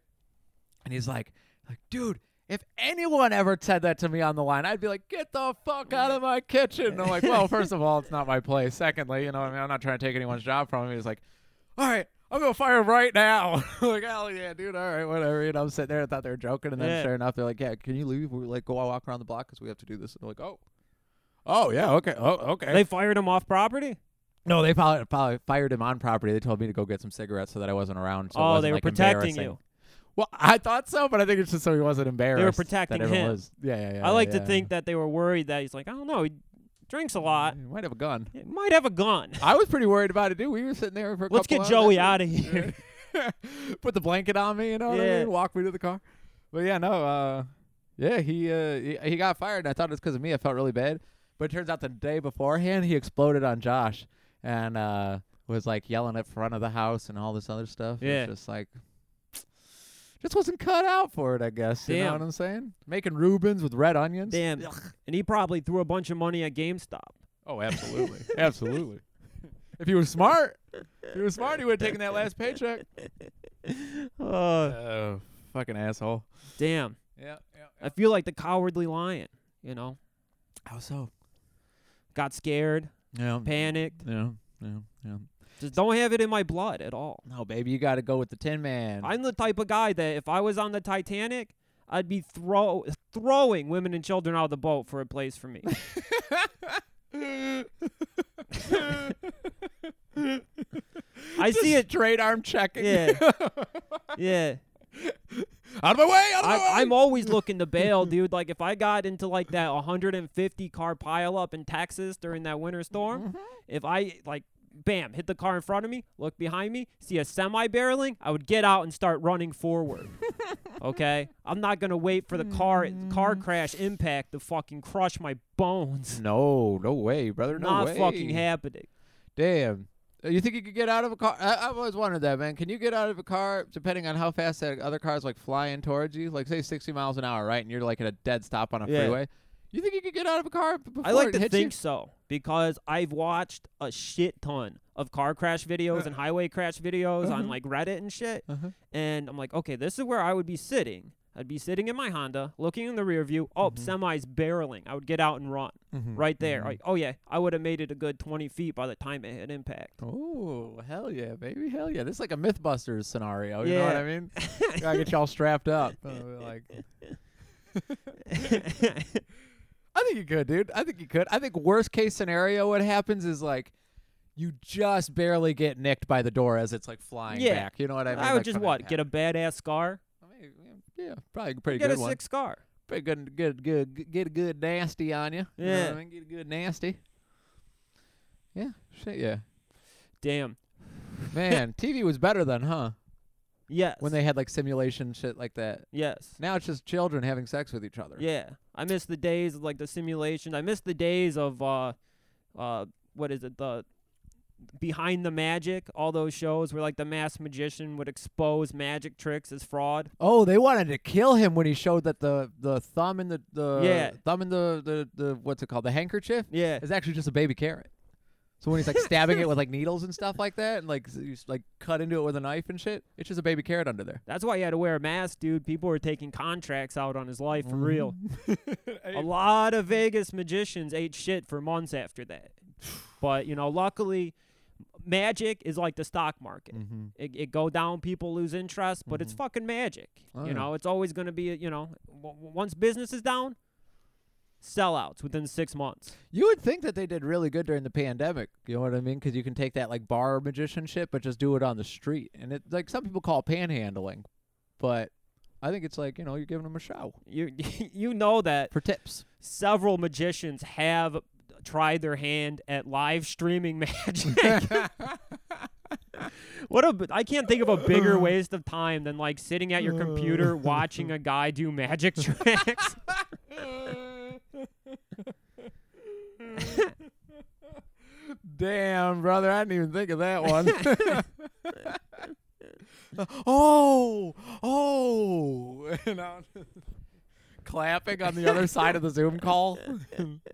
Speaker 3: and he's like, like, dude, if anyone ever said that to me on the line, I'd be like, get the fuck out of my kitchen. And I'm like, well, first of all, it's not my place. Secondly, you know, I mean, I'm not trying to take anyone's job from him. He's like, all right, I'm gonna fire him right now. I'm like, hell yeah, dude. All right, whatever. You know, I'm sitting there. I thought they were joking, and then
Speaker 2: Yeah.
Speaker 3: sure enough, they're like, yeah, can you leave? We're like, go walk around the block because we have to do this. And they're like, oh, oh yeah, okay, oh okay.
Speaker 2: They fired him off property.
Speaker 3: no, they probably, probably fired him on property. They told me to go get some cigarettes so that I wasn't around. So it
Speaker 2: oh,
Speaker 3: wasn't,
Speaker 2: they were
Speaker 3: like,
Speaker 2: protecting
Speaker 3: embarrassing.
Speaker 2: you.
Speaker 3: Well, I thought so, but I think it's just so he wasn't embarrassed.
Speaker 2: protecting
Speaker 3: that everyone
Speaker 2: him.
Speaker 3: Was. Yeah, yeah, yeah.
Speaker 2: I like
Speaker 3: yeah.
Speaker 2: to think uh, that they were worried that he's like, I don't know, he drinks a lot,
Speaker 3: He might have a gun.
Speaker 2: he might have a gun.
Speaker 3: I was pretty worried about it, dude. We were sitting there for a
Speaker 2: Let's
Speaker 3: couple
Speaker 2: get
Speaker 3: hours
Speaker 2: Joey
Speaker 3: after-
Speaker 2: out of here.
Speaker 3: Put the blanket on me, you know what I
Speaker 2: Yeah.
Speaker 3: mean? Walk me to the car. But yeah, no, uh, yeah, he, uh, he he got fired. And I thought it was because of me. I felt really bad. But it turns out the day beforehand, he exploded on Josh and uh, was like yelling at front of the house and all this other stuff.
Speaker 2: Yeah.
Speaker 3: It's just like, just wasn't cut out for it, I guess. You know
Speaker 2: Damn.
Speaker 3: what I'm saying? Making Rubens with red onions.
Speaker 2: Damn. And he probably threw a bunch of money at GameStop.
Speaker 3: Oh, absolutely. absolutely. If he was smart, if he was smart, he would have taken that last paycheck.
Speaker 2: Uh,
Speaker 3: Oh, Fucking asshole.
Speaker 2: Damn.
Speaker 3: Yeah, yeah.
Speaker 2: I feel like the cowardly lion, you know?
Speaker 3: How so?
Speaker 2: Got scared,
Speaker 3: Yeah.
Speaker 2: panicked.
Speaker 3: Yeah. Yeah. Yeah.
Speaker 2: Just don't have it in my blood at all.
Speaker 3: No, baby, you got to go with the Tin Man.
Speaker 2: I'm the type of guy that if I was on the Titanic, I'd be throw throwing women and children out of the boat for a place for me. I see it.
Speaker 3: Straight arm checking.
Speaker 2: Yeah. Yeah.
Speaker 3: out of my way. Out of my way.
Speaker 2: I, I'm always looking to bail, dude. Like if I got into like that 150 car pileup in Texas during that winter storm, if I like bam hit the car in front of me, look behind me, see a semi barreling, I would get out and start running forward. okay, I'm not gonna wait for the car car crash impact to fucking crush my bones.
Speaker 3: No, no way, brother. No
Speaker 2: not
Speaker 3: way.
Speaker 2: fucking happening.
Speaker 3: Damn. Uh, You think you could get out of a car? I, I've always wondered that, man. Can you get out of a car depending on how fast that other car's like flying towards you? Like say 60 miles an hour, right? And you're like at a dead stop on a
Speaker 2: Yeah.
Speaker 3: freeway. You think you could get out of a car b- before
Speaker 2: I like
Speaker 3: it
Speaker 2: to
Speaker 3: hits
Speaker 2: think so because I've watched a shit ton of car crash
Speaker 3: Uh,
Speaker 2: videos and highway crash videos on like Reddit and shit.
Speaker 3: Uh-huh.
Speaker 2: And I'm like, okay, this is where I would be sitting. I'd be sitting in my Honda, looking in the rear view. Oh,
Speaker 3: Mm-hmm.
Speaker 2: semi's barreling. I would get out and run
Speaker 3: you?
Speaker 2: right there.
Speaker 3: Mm-hmm.
Speaker 2: Like, oh yeah, I would have made it a good 20 feet by the time it hit impact.
Speaker 3: Oh, hell yeah, baby. Hell yeah. This is like a Mythbusters scenario. You know what I mean? Gotta get y'all strapped up. Uh, like, I think you could, dude. I think you could. I think worst case scenario, what happens is like you just barely get nicked by the door as it's like flying
Speaker 2: Yeah.
Speaker 3: back. You know what I
Speaker 2: I,
Speaker 3: mean?
Speaker 2: would
Speaker 3: Like,
Speaker 2: just
Speaker 3: from
Speaker 2: what
Speaker 3: impact.
Speaker 2: get a badass scar.
Speaker 3: I mean, yeah, probably a pretty
Speaker 2: Get
Speaker 3: good
Speaker 2: a
Speaker 3: one.
Speaker 2: sick scar.
Speaker 3: Pretty good, good, good, good- get a good nasty on you. You know what
Speaker 2: Yeah.
Speaker 3: I mean? Get a good nasty. Yeah, shit, yeah.
Speaker 2: Damn.
Speaker 3: Man, TV was better then, huh?
Speaker 2: Yes.
Speaker 3: When they had like simulation shit like that.
Speaker 2: yes.
Speaker 3: Now it's just children having sex with each other.
Speaker 2: Yeah, I miss the days of like the simulation. I miss the days of uh, uh, what is it? The behind the magic, all those shows where like the masked magician would expose magic tricks as fraud.
Speaker 3: Oh, they wanted to kill him when he showed that the the thumb in the the
Speaker 2: Yeah.
Speaker 3: thumb in the, the the what's it called the handkerchief
Speaker 2: Yeah,
Speaker 3: is actually just a baby carrot. So when he's like stabbing it with like needles and stuff like that, and like s- you s- like cut into it with a knife and shit, it's just a baby carrot under there.
Speaker 2: that's why you had to wear a mask, dude. People were taking contracts out on his life for real. A lot of Vegas magicians ate shit for months after that. But you know, luckily, magic is like the stock market.
Speaker 3: Mm-hmm.
Speaker 2: it, it go down people lose interest but it's fucking magic
Speaker 3: Oh, yeah.
Speaker 2: you know it's always going to be you know w- w- once business is down sellouts within six months
Speaker 3: You would think that they did really good during the pandemic. You know what I mean? Because you can take that like bar magician shit, but just do it on the street. And it like some people call it panhandling, but I think it's like you know you're giving them a show
Speaker 2: you you know that
Speaker 3: for tips.
Speaker 2: several magicians have tried their hand at live streaming magic what a b- i can't think of a bigger waste of time than like sitting at your computer watching a guy do magic tricks
Speaker 3: Damn, brother, I didn't even think of that one. oh, oh, and I'm clapping on the other side of the Zoom call.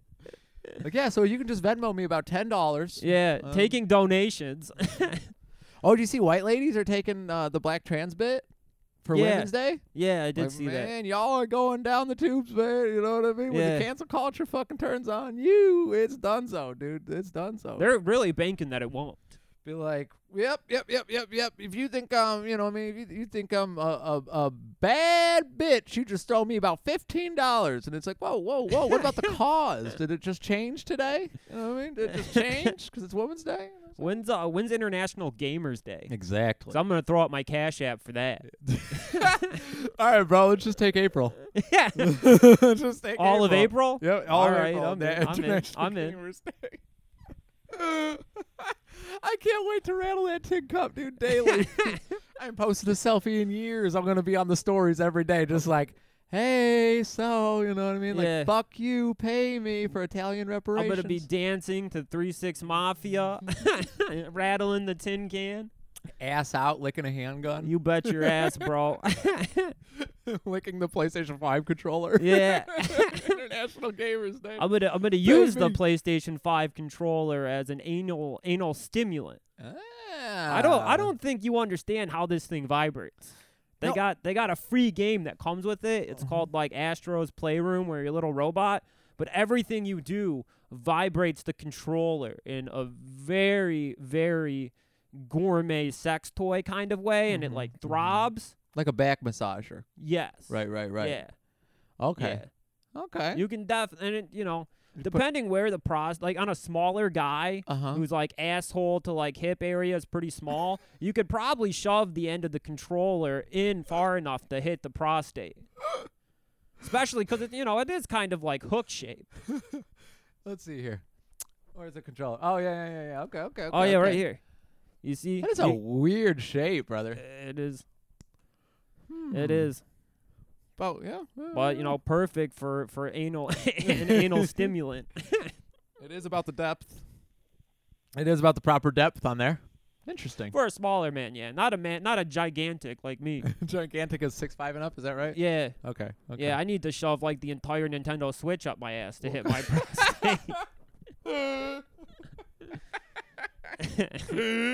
Speaker 3: like, yeah, so you can just Venmo me about ten dollars.
Speaker 2: yeah
Speaker 3: Um,
Speaker 2: taking donations
Speaker 3: Oh, do you see white ladies are taking uh, the black trans bit for
Speaker 2: Yeah.
Speaker 3: Women's Day?
Speaker 2: yeah i did
Speaker 3: Like,
Speaker 2: see
Speaker 3: man,
Speaker 2: that
Speaker 3: y'all are going down the tubes, man. You know what I mean?
Speaker 2: Yeah.
Speaker 3: When the cancel culture fucking turns on you, it's done so, dude. It's done so.
Speaker 2: they're really banking that it won't
Speaker 3: Be like, yep, yep, yep, yep, yep. If you think um, you know, what I mean, if you, you think I'm a, a a bad bitch, you just throw me about fifteen dollars, and it's like, whoa, whoa, whoa. What about the cause? Did it just change today? You know what I mean? Did it just change because it's Women's Day?
Speaker 2: When's uh, when's International Gamers Day?
Speaker 3: Exactly.
Speaker 2: So I'm gonna throw out my Cash App for that.
Speaker 3: All right, bro. Let's just take April.
Speaker 2: Yeah,
Speaker 3: just take
Speaker 2: all of April.
Speaker 3: Yep, all,
Speaker 2: All right,
Speaker 3: April.
Speaker 2: I'm
Speaker 3: the
Speaker 2: in, I'm in,
Speaker 3: International
Speaker 2: I'm in.
Speaker 3: Gamers Day. I can't wait to rattle that tin cup, dude, daily. I haven't posted a selfie in years. I'm gonna be on the stories every day, just like, hey, so you know what I mean? Like,
Speaker 2: Yeah.
Speaker 3: fuck you, pay me for Italian
Speaker 2: I'm
Speaker 3: reparations.
Speaker 2: gonna be dancing to Three Six Mafia, rattling the tin can.
Speaker 3: ass out, licking a handgun,
Speaker 2: You bet your ass, bro.
Speaker 3: licking the PlayStation Five controller.
Speaker 2: yeah,
Speaker 3: International Gamers Day.
Speaker 2: I'm gonna I'm gonna use the
Speaker 3: Baby.
Speaker 2: PlayStation Five controller as an anal anal stimulant.
Speaker 3: Ah.
Speaker 2: I don't I don't think you understand how this thing vibrates. They
Speaker 3: Um, No. Uh-huh.
Speaker 2: got they got a free game that comes with it. It's called like Astro's Playroom, where your little robot. But everything you do vibrates the controller in a very very gourmet sex toy kind of way, and it
Speaker 3: Mhm,
Speaker 2: like
Speaker 3: mhm.
Speaker 2: throbs.
Speaker 3: like a back massager.
Speaker 2: Yes.
Speaker 3: Mm-hmm. Right, right, right.
Speaker 2: Yeah.
Speaker 3: Okay.
Speaker 2: yeah.
Speaker 3: Okay.
Speaker 2: You can def and it, you know
Speaker 3: Just put-
Speaker 2: depending where the pros like on a smaller guy
Speaker 3: uh-huh.
Speaker 2: who's like asshole to like hip area is pretty small, you could probably shove the end of the controller in far enough to hit the prostate. Especially because you know it is kind of like hook shape.
Speaker 3: Let's see here. Where's the controller? Oh yeah, yeah, yeah, yeah. Okay, okay.
Speaker 2: oh
Speaker 3: okay,
Speaker 2: yeah, right
Speaker 3: okay.
Speaker 2: here. You see,
Speaker 3: That is a
Speaker 2: You-
Speaker 3: weird shape, brother. Hmm.
Speaker 2: it is. It is,
Speaker 3: But yeah, yeah, yeah.
Speaker 2: but you know, perfect for for anal an anal stimulant.
Speaker 3: it is about the depth. It is about the proper depth on there. Interesting.
Speaker 2: for a smaller man, yeah, not a man, not a gigantic like me.
Speaker 3: Gigantic is six five and up. Is that right?
Speaker 2: Yeah,
Speaker 3: Okay. Okay.
Speaker 2: yeah, I need to shove like the entire Nintendo Switch up my ass to hit my prostate.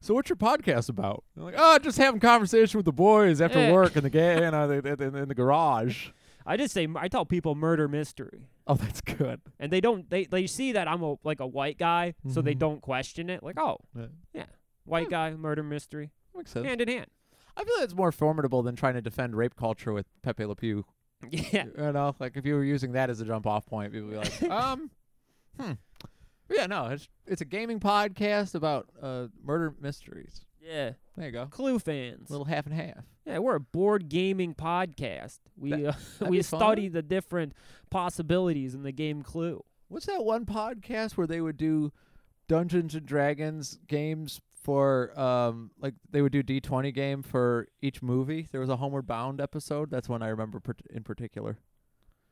Speaker 3: So what's your podcast about? They're like, oh, just having conversation with the boys after
Speaker 2: Eh.
Speaker 3: work in the ga- you know, in, in, in the garage.
Speaker 2: I just say I tell people murder mystery,
Speaker 3: Oh, that's good.
Speaker 2: and they don't they they see that I'm a like a white guy, so they
Speaker 3: Mhm.
Speaker 2: don't question it. Like, oh,
Speaker 3: Yeah.
Speaker 2: yeah, white guy, murder mystery,
Speaker 3: Makes sense.
Speaker 2: hand in hand.
Speaker 3: I feel that's more formidable than trying to defend rape culture with Pepe Le Pew.
Speaker 2: Yeah,
Speaker 3: You know, like if you were using that as a jump off point, people would be like, um, hmm. Yeah, no, it's it's a gaming podcast about uh, murder mysteries.
Speaker 2: yeah,
Speaker 3: There you go.
Speaker 2: Clue fans.
Speaker 3: little half and half.
Speaker 2: yeah, we're a board gaming podcast. We
Speaker 3: That-
Speaker 2: uh,
Speaker 3: that'd
Speaker 2: we
Speaker 3: be fun.
Speaker 2: study the different possibilities in the game Clue.
Speaker 3: What's that one podcast where they would do Dungeons and Dragons games for um like they would do D twenty game for each movie? There was a Homeward Bound episode. That's one I remember part- in particular.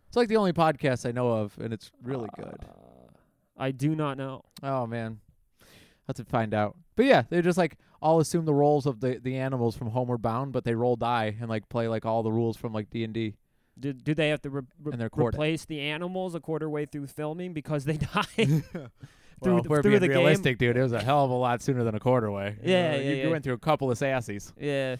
Speaker 3: It's like the only podcast I know of, and it's really good.
Speaker 2: Uh, I do not know.
Speaker 3: Oh man, have to find out. But yeah, they just like all assume the roles of the the animals from Homeward Bound, but they roll die and like play like all the rules from like D and D.
Speaker 2: Do, do they have to re- re-
Speaker 3: And they're quarter.
Speaker 2: replace the animals a quarter way through filming because they died? Through
Speaker 3: Well,
Speaker 2: the-
Speaker 3: if we're
Speaker 2: through
Speaker 3: being
Speaker 2: the game.
Speaker 3: realistic, dude, it was a hell of a lot sooner than a quarter way. You
Speaker 2: Yeah,
Speaker 3: know,
Speaker 2: yeah,
Speaker 3: you, you
Speaker 2: yeah.
Speaker 3: went through a couple of sassies.
Speaker 2: yeah.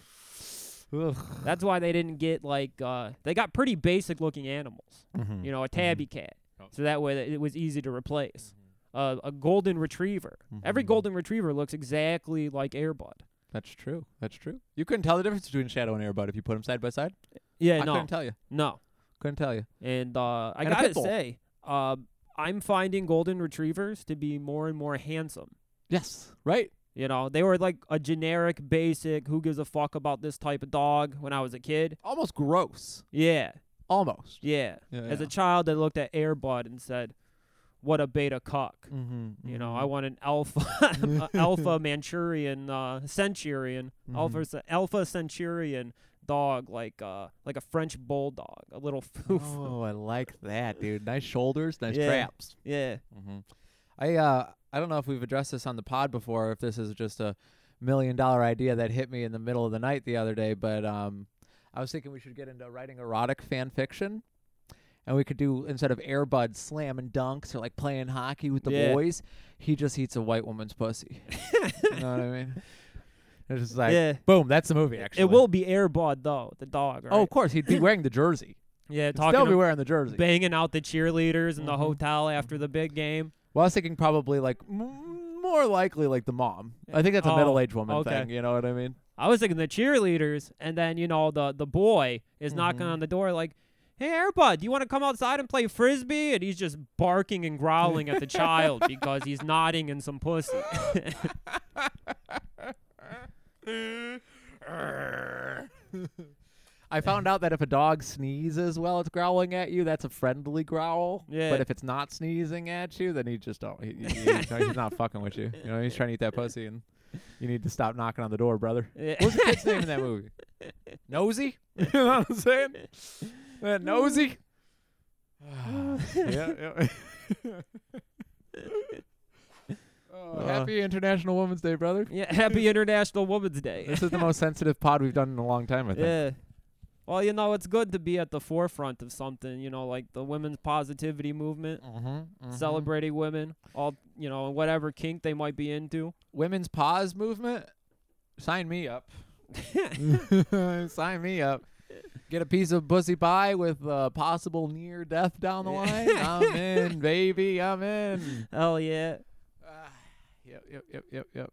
Speaker 3: Ugh.
Speaker 2: That's why they didn't get like uh, they got pretty basic looking animals.
Speaker 3: Mhm.
Speaker 2: You know, a tabby cat,
Speaker 3: Oh.
Speaker 2: so that way it was easy to replace. Uh, a golden retriever. Every
Speaker 3: Mhm.
Speaker 2: golden retriever looks exactly like Airbud.
Speaker 3: That's true. That's true. You couldn't tell the difference between Shadow and Airbud if you put them side by side.
Speaker 2: Yeah,
Speaker 3: I
Speaker 2: no,
Speaker 3: couldn't tell you.
Speaker 2: no.
Speaker 3: Couldn't tell you.
Speaker 2: And uh, I
Speaker 3: And a
Speaker 2: gotta
Speaker 3: pit bull.
Speaker 2: say, uh, I'm finding golden retrievers to be more and more handsome.
Speaker 3: Yes. Right.
Speaker 2: You know, they were like a generic, basic, who gives a fuck about this type of dog when I was a kid.
Speaker 3: Almost gross.
Speaker 2: Yeah,
Speaker 3: Almost.
Speaker 2: yeah.
Speaker 3: Yeah,
Speaker 2: As a
Speaker 3: yeah.
Speaker 2: child, I looked at Airbud and said, "What a beta cuck."
Speaker 3: Mm-hmm,
Speaker 2: You know, I want an alpha, a alpha Manchurian, uh, centurion,
Speaker 3: Mm-hmm.
Speaker 2: alpha, ce- alpha centurion dog, like uh, like a French bulldog, a little foof.
Speaker 3: Oh, I like that, dude. Nice shoulders. Nice
Speaker 2: Yeah.
Speaker 3: traps.
Speaker 2: Yeah,
Speaker 3: Mm-hmm. I uh, I don't know if we've addressed this on the pod before. If this is just a million dollar idea that hit me in the middle of the night the other day, but um, I was thinking we should get into writing erotic fan fiction, and we could do instead of Airbud slam and dunks or like playing hockey with the
Speaker 2: Yeah.
Speaker 3: boys, he just eats a white woman's pussy. you know what I mean? It's just like
Speaker 2: yeah.
Speaker 3: boom, that's the movie. Actually,
Speaker 2: It will be Airbud though, the dog. Right?
Speaker 3: Oh, of course, he'd be wearing the jersey.
Speaker 2: yeah,
Speaker 3: He'd still be
Speaker 2: talking,
Speaker 3: wearing the jersey.
Speaker 2: about banging out the cheerleaders in the
Speaker 3: Mhm.
Speaker 2: hotel after the big game.
Speaker 3: Well, I was thinking probably like m- more likely like the mom. I think that's a
Speaker 2: Oh,
Speaker 3: middle-aged woman
Speaker 2: okay.
Speaker 3: thing. You know what I mean?
Speaker 2: I was thinking the cheerleaders, and then you know the the boy is knocking
Speaker 3: Mhm.
Speaker 2: on the door like, "Hey, Airbud, do you want to come outside and play frisbee?" And he's just barking and growling at the child because he's nodding in some pussy.
Speaker 3: I found out that if a dog sneezes while it's growling at you, that's a friendly growl.
Speaker 2: Yeah.
Speaker 3: But if it's not sneezing at you, then he just don't. He, he- he- no, he's not fucking with you. You know, he's trying to eat that pussy, and you need to stop knocking on the door, brother.
Speaker 2: Yeah.
Speaker 3: What's the kid's name in that movie? Nosy. you know what I'm saying? That nosy. yeah. yeah. Oh,
Speaker 2: Uh,
Speaker 3: happy International Women's Day, brother.
Speaker 2: yeah, Happy International Women's Day.
Speaker 3: This is the most sensitive pod we've done in a long time, I think.
Speaker 2: Yeah. Well, you know, it's good to be at the forefront of something, you know, like the women's positivity movement,
Speaker 3: Mm-hmm,
Speaker 2: celebrating women, all, you know, whatever kink they might be into.
Speaker 3: Women's Pause movement. Sign me up. Sign me up. Get a piece of pussy pie with uh, possible near death down the line. I'm in, baby. I'm in.
Speaker 2: Hell yeah.
Speaker 3: Ah, yep, yep, yep, yep, yep.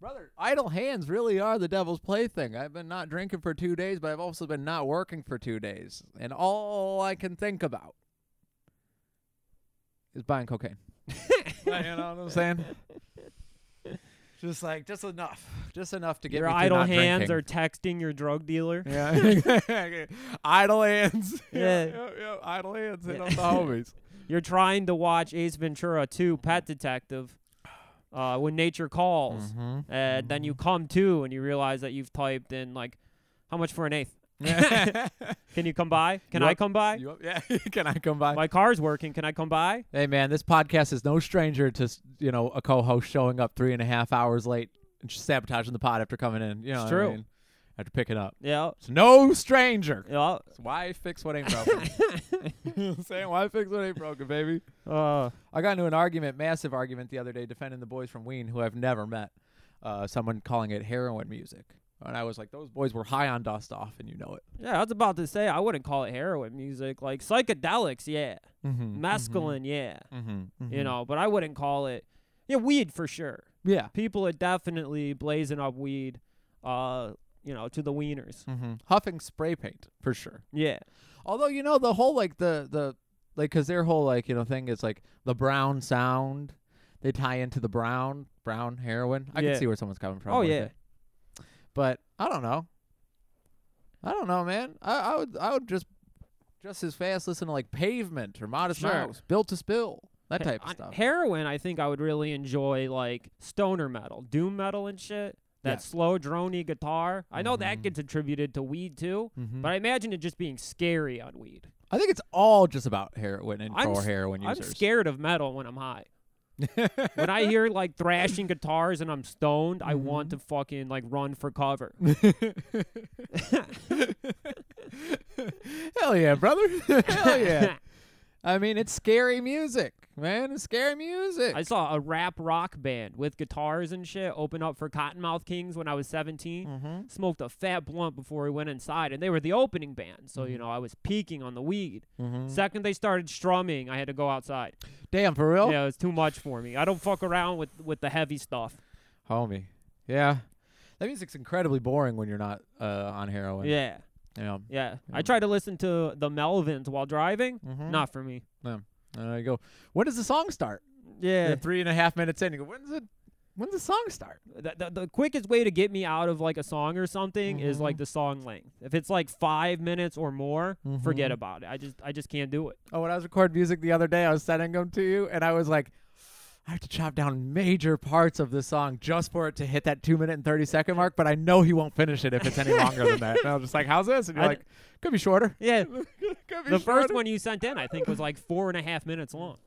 Speaker 3: Brother, idle hands really are the devil's plaything. I've been not drinking for two days, but I've also been not working for two days. And all I can think about is buying cocaine. you know what I'm saying? Just like, just enough. Just enough to get
Speaker 2: your
Speaker 3: me through
Speaker 2: idle
Speaker 3: not
Speaker 2: hands
Speaker 3: drinking.
Speaker 2: are texting your drug dealer.
Speaker 3: Yeah. idle hands.
Speaker 2: Yeah.
Speaker 3: Idle hands.
Speaker 2: Yeah.
Speaker 3: Hit up the homies.
Speaker 2: You're trying to watch Ace Ventura 2 Pet
Speaker 3: Mm-hmm.
Speaker 2: Detective uh, when nature calls. And then
Speaker 3: Mm-hmm.
Speaker 2: you come to and you realize that you've typed in, like, how much for an eighth? Can you come by? Can I
Speaker 3: Yup.
Speaker 2: come by?
Speaker 3: You up? Yeah. Can I come by?
Speaker 2: My car's working. Can I come by?
Speaker 3: hey, man, this podcast is no stranger to s- you know a co-host showing up three and a half hours late and just sabotaging the pod after coming in. You know,
Speaker 2: It's
Speaker 3: what I
Speaker 2: true.
Speaker 3: mean? After picking up,
Speaker 2: Yeah.
Speaker 3: it's no stranger.
Speaker 2: Yeah.
Speaker 3: So why fix what ain't broken? You know what I'm saying why fix what ain't broken, baby.
Speaker 2: Uh,
Speaker 3: I got into an argument, massive argument the other day, defending the boys from Ween, who I've never met. Uh, someone calling it heroin music, and I was like, "Those boys were high on dust off, and you know it."
Speaker 2: yeah, I was about to say I wouldn't call it heroin music. Like psychedelics, yeah.
Speaker 3: Mm-hmm.
Speaker 2: Mescaline, yeah.
Speaker 3: Mm-hmm.
Speaker 2: You know, but I wouldn't call it yeah, weed for sure.
Speaker 3: Yeah.
Speaker 2: People are definitely blazing up weed uh, you know, to the wieners.
Speaker 3: Mm-hmm. Huffing spray paint for sure.
Speaker 2: Yeah. Oh,
Speaker 3: Although you know the whole like the the like because their whole like you know thing is like the brown sound. They tie into the brown brown heroin. I
Speaker 2: Yeah.
Speaker 3: can see where someone's coming from.
Speaker 2: Oh
Speaker 3: with
Speaker 2: yeah.
Speaker 3: it. but I don't know. I don't know, man. I, I would I would just just as fast listen to like Pavement or Modest
Speaker 2: Sure.
Speaker 3: Mouse, Built to Spill, that
Speaker 2: He-
Speaker 3: type of
Speaker 2: I-
Speaker 3: stuff.
Speaker 2: Heroin, I think I would really enjoy like stoner metal, doom metal and shit. That
Speaker 3: Yeah.
Speaker 2: slow drony guitar. I know that
Speaker 3: Mhm.
Speaker 2: gets attributed to weed too,
Speaker 3: Mm-hmm.
Speaker 2: but I imagine it just being scary on weed.
Speaker 3: I think it's all just about heroin and
Speaker 2: I'm
Speaker 3: for
Speaker 2: s-
Speaker 3: heroin users.
Speaker 2: I'm scared of metal when I'm high. when I hear like thrashing guitars and I'm stoned, I
Speaker 3: Mm-hmm.
Speaker 2: want to fucking like run for cover.
Speaker 3: Hell yeah, brother. Hell yeah. I mean, it's scary music, man. It's scary music.
Speaker 2: I saw a rap rock band with guitars and shit open up for Cottonmouth Kings when I was 17.
Speaker 3: Mhm.
Speaker 2: Smoked a fat blunt before we went inside, and they were the opening band. So,
Speaker 3: Mm-hmm.
Speaker 2: you know, I was peaking on the weed. Second they started strumming, I had to go outside.
Speaker 3: Damn, for real?
Speaker 2: Yeah, it was too much for me. I don't fuck around with, with the heavy stuff.
Speaker 3: Homie. Yeah. That music's incredibly boring when you're not uh, on heroin.
Speaker 2: Yeah,
Speaker 3: You know,
Speaker 2: yeah. I
Speaker 3: Yeah.
Speaker 2: try to listen to the Melvins while driving.
Speaker 3: Mhm.
Speaker 2: Not for me.
Speaker 3: And I go, when does the song start?
Speaker 2: Yeah.
Speaker 3: You're three and a half minutes in, you go, when does it? When does the song start?
Speaker 2: the, the, the quickest way to get me out of like a song or something is like the song length. If it's like five minutes or more, forget about it. I just I just can't do it.
Speaker 3: Oh, when I was recording music the other day, I was sending them to you, and I was like, I have to chop down major parts of the song just for it to hit that two minute and thirty second mark. But I know he won't finish it if it's any longer than that. And I was just like, how's this? And you're
Speaker 2: I d-
Speaker 3: like, could be shorter.
Speaker 2: Yeah.
Speaker 3: Could be
Speaker 2: the first
Speaker 3: shorter."
Speaker 2: one you sent in I think was like four and a half minutes long.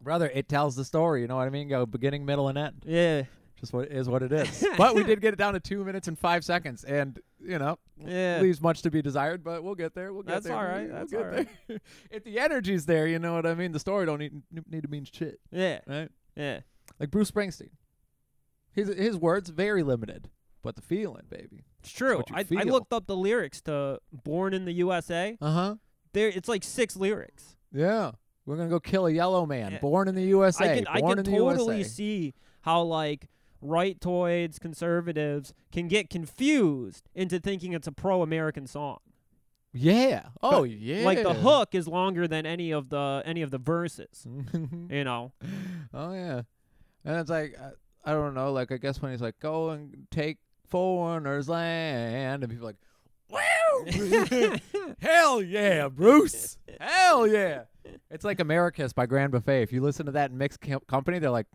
Speaker 3: brother, it tells the story. You know what I mean? Go beginning, middle, and end.
Speaker 2: Yeah.
Speaker 3: Just what is what it is. but we did get it down to two minutes and five seconds, and you know,
Speaker 2: Yeah.
Speaker 3: leaves much to be desired, but we'll get there. We'll get
Speaker 2: That's
Speaker 3: there.
Speaker 2: all right,
Speaker 3: We'll
Speaker 2: that's
Speaker 3: get
Speaker 2: all right.
Speaker 3: there. if the energy's there, you know what I mean. The story don't need, need to mean shit,
Speaker 2: Yeah.
Speaker 3: right?
Speaker 2: Yeah.
Speaker 3: Like Bruce Springsteen, his his words very limited, but the feeling, baby.
Speaker 2: It's true.
Speaker 3: what you
Speaker 2: I, I
Speaker 3: feel.
Speaker 2: looked up the lyrics to Born in the USA.
Speaker 3: Uh huh.
Speaker 2: There it's like six lyrics.
Speaker 3: Yeah, we're gonna go kill a yellow man,
Speaker 2: Yeah.
Speaker 3: born in the USA,
Speaker 2: I can I
Speaker 3: born
Speaker 2: can
Speaker 3: in the
Speaker 2: totally
Speaker 3: USA.
Speaker 2: see how like rightoids, conservatives can get confused into thinking it's a pro American song.
Speaker 3: yeah. Oh yeah.
Speaker 2: like the hook is longer than any of the any of the verses
Speaker 3: Mm-hmm.
Speaker 2: you know
Speaker 3: Oh yeah, and it's like I, I don't know. Like I guess when he's like, "Go and take foreigners' land," and people are like, "Wow, hell yeah, Bruce, hell yeah!" It's like Americus by Grand Buffet. If you listen to that in mixed com- company, they're like,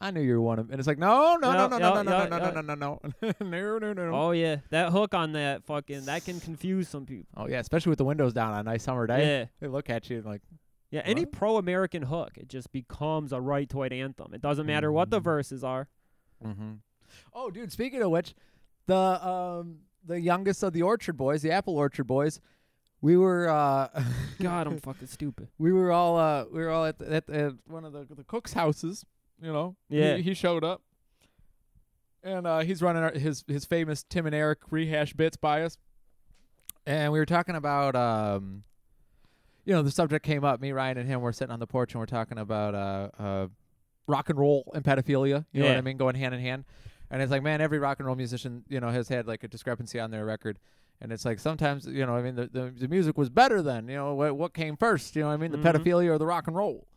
Speaker 3: "I knew you were one of," and it's like, "No, no, no, no,
Speaker 2: No,
Speaker 3: no, no,
Speaker 2: yeah,
Speaker 3: no, uh,
Speaker 2: yeah,
Speaker 3: no,
Speaker 2: yeah.
Speaker 3: no, no, no, no, no, no, no."
Speaker 2: oh yeah that hook on that fucking that can confuse some people
Speaker 3: Oh yeah, especially with the windows down on a nice summer day.
Speaker 2: yeah
Speaker 3: They look at you and like,
Speaker 2: yeah any
Speaker 3: What?
Speaker 2: pro-american hook it just becomes a rightoid anthem it doesn't matter what the verses are
Speaker 3: Mm-hmm. Oh, dude. Speaking of which, the um the youngest of the Orchard Boys, the Apple Orchard Boys, we were uh
Speaker 2: god i'm fucking stupid
Speaker 3: we were all uh we were all at the, at, the- at one of the the cook's houses. You know.
Speaker 2: Yeah.
Speaker 3: He, he showed up. and uh, he's running our, his his famous Tim and Eric rehash bits by us. And we were talking about, um, you know, the subject came up. Me, Ryan, and him were sitting on the porch and we're talking about uh, uh, rock and roll and pedophilia. You know what
Speaker 2: Yeah.
Speaker 3: I mean, going hand in hand. And it's like, man, every rock and roll musician, you know, has had like a discrepancy on their record. And it's like sometimes, you know, I mean, the the, the music was better then. You know, what what came first? You know, what I mean, the
Speaker 2: Mhm.
Speaker 3: pedophilia or the rock and roll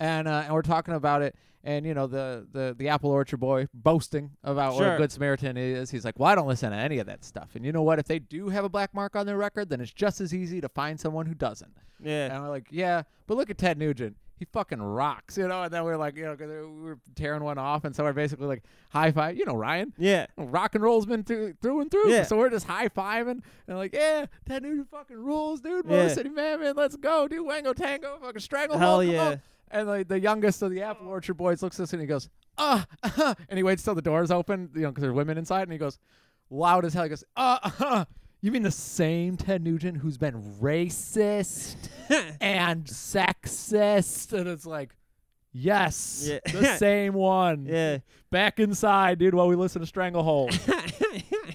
Speaker 3: and uh, and we're talking about it, and you know the the the apple orchard boy boasting about what a
Speaker 2: Sure.
Speaker 3: good Samaritan is. He's like, well, I don't listen to any of that stuff, and you know what? If they do have a black mark on their record, then it's just as easy to find someone who doesn't. And
Speaker 2: Yeah.
Speaker 3: I'm like, yeah, but look at Ted Nugent. He fucking rocks, you know. And then we're like, you know, 'cause we we're tearing one off, and so we're basically like high five, you know, Ryan.
Speaker 2: Yeah.
Speaker 3: Rock and roll's been through through and through,
Speaker 2: Yeah.
Speaker 3: so we're just high fiving and like, yeah, Ted Nugent fucking rules, dude.
Speaker 2: Yeah.
Speaker 3: Motor City Madman, let's go, dude. Wango Tango, fucking strangle.
Speaker 2: Hell
Speaker 3: Hulk, come
Speaker 2: yeah.
Speaker 3: on. And like the youngest of the Apple Orchard boys looks at us and he goes, uh, uh and he waits till the door's open, you know, because there's women inside, and he goes, loud as hell, he goes, uh, uh you mean the same Ted Nugent who's been racist and sexist? And it's like, yes,
Speaker 2: Yeah.
Speaker 3: the same one.
Speaker 2: Yeah.
Speaker 3: Back inside, dude, while we listen to Stranglehold.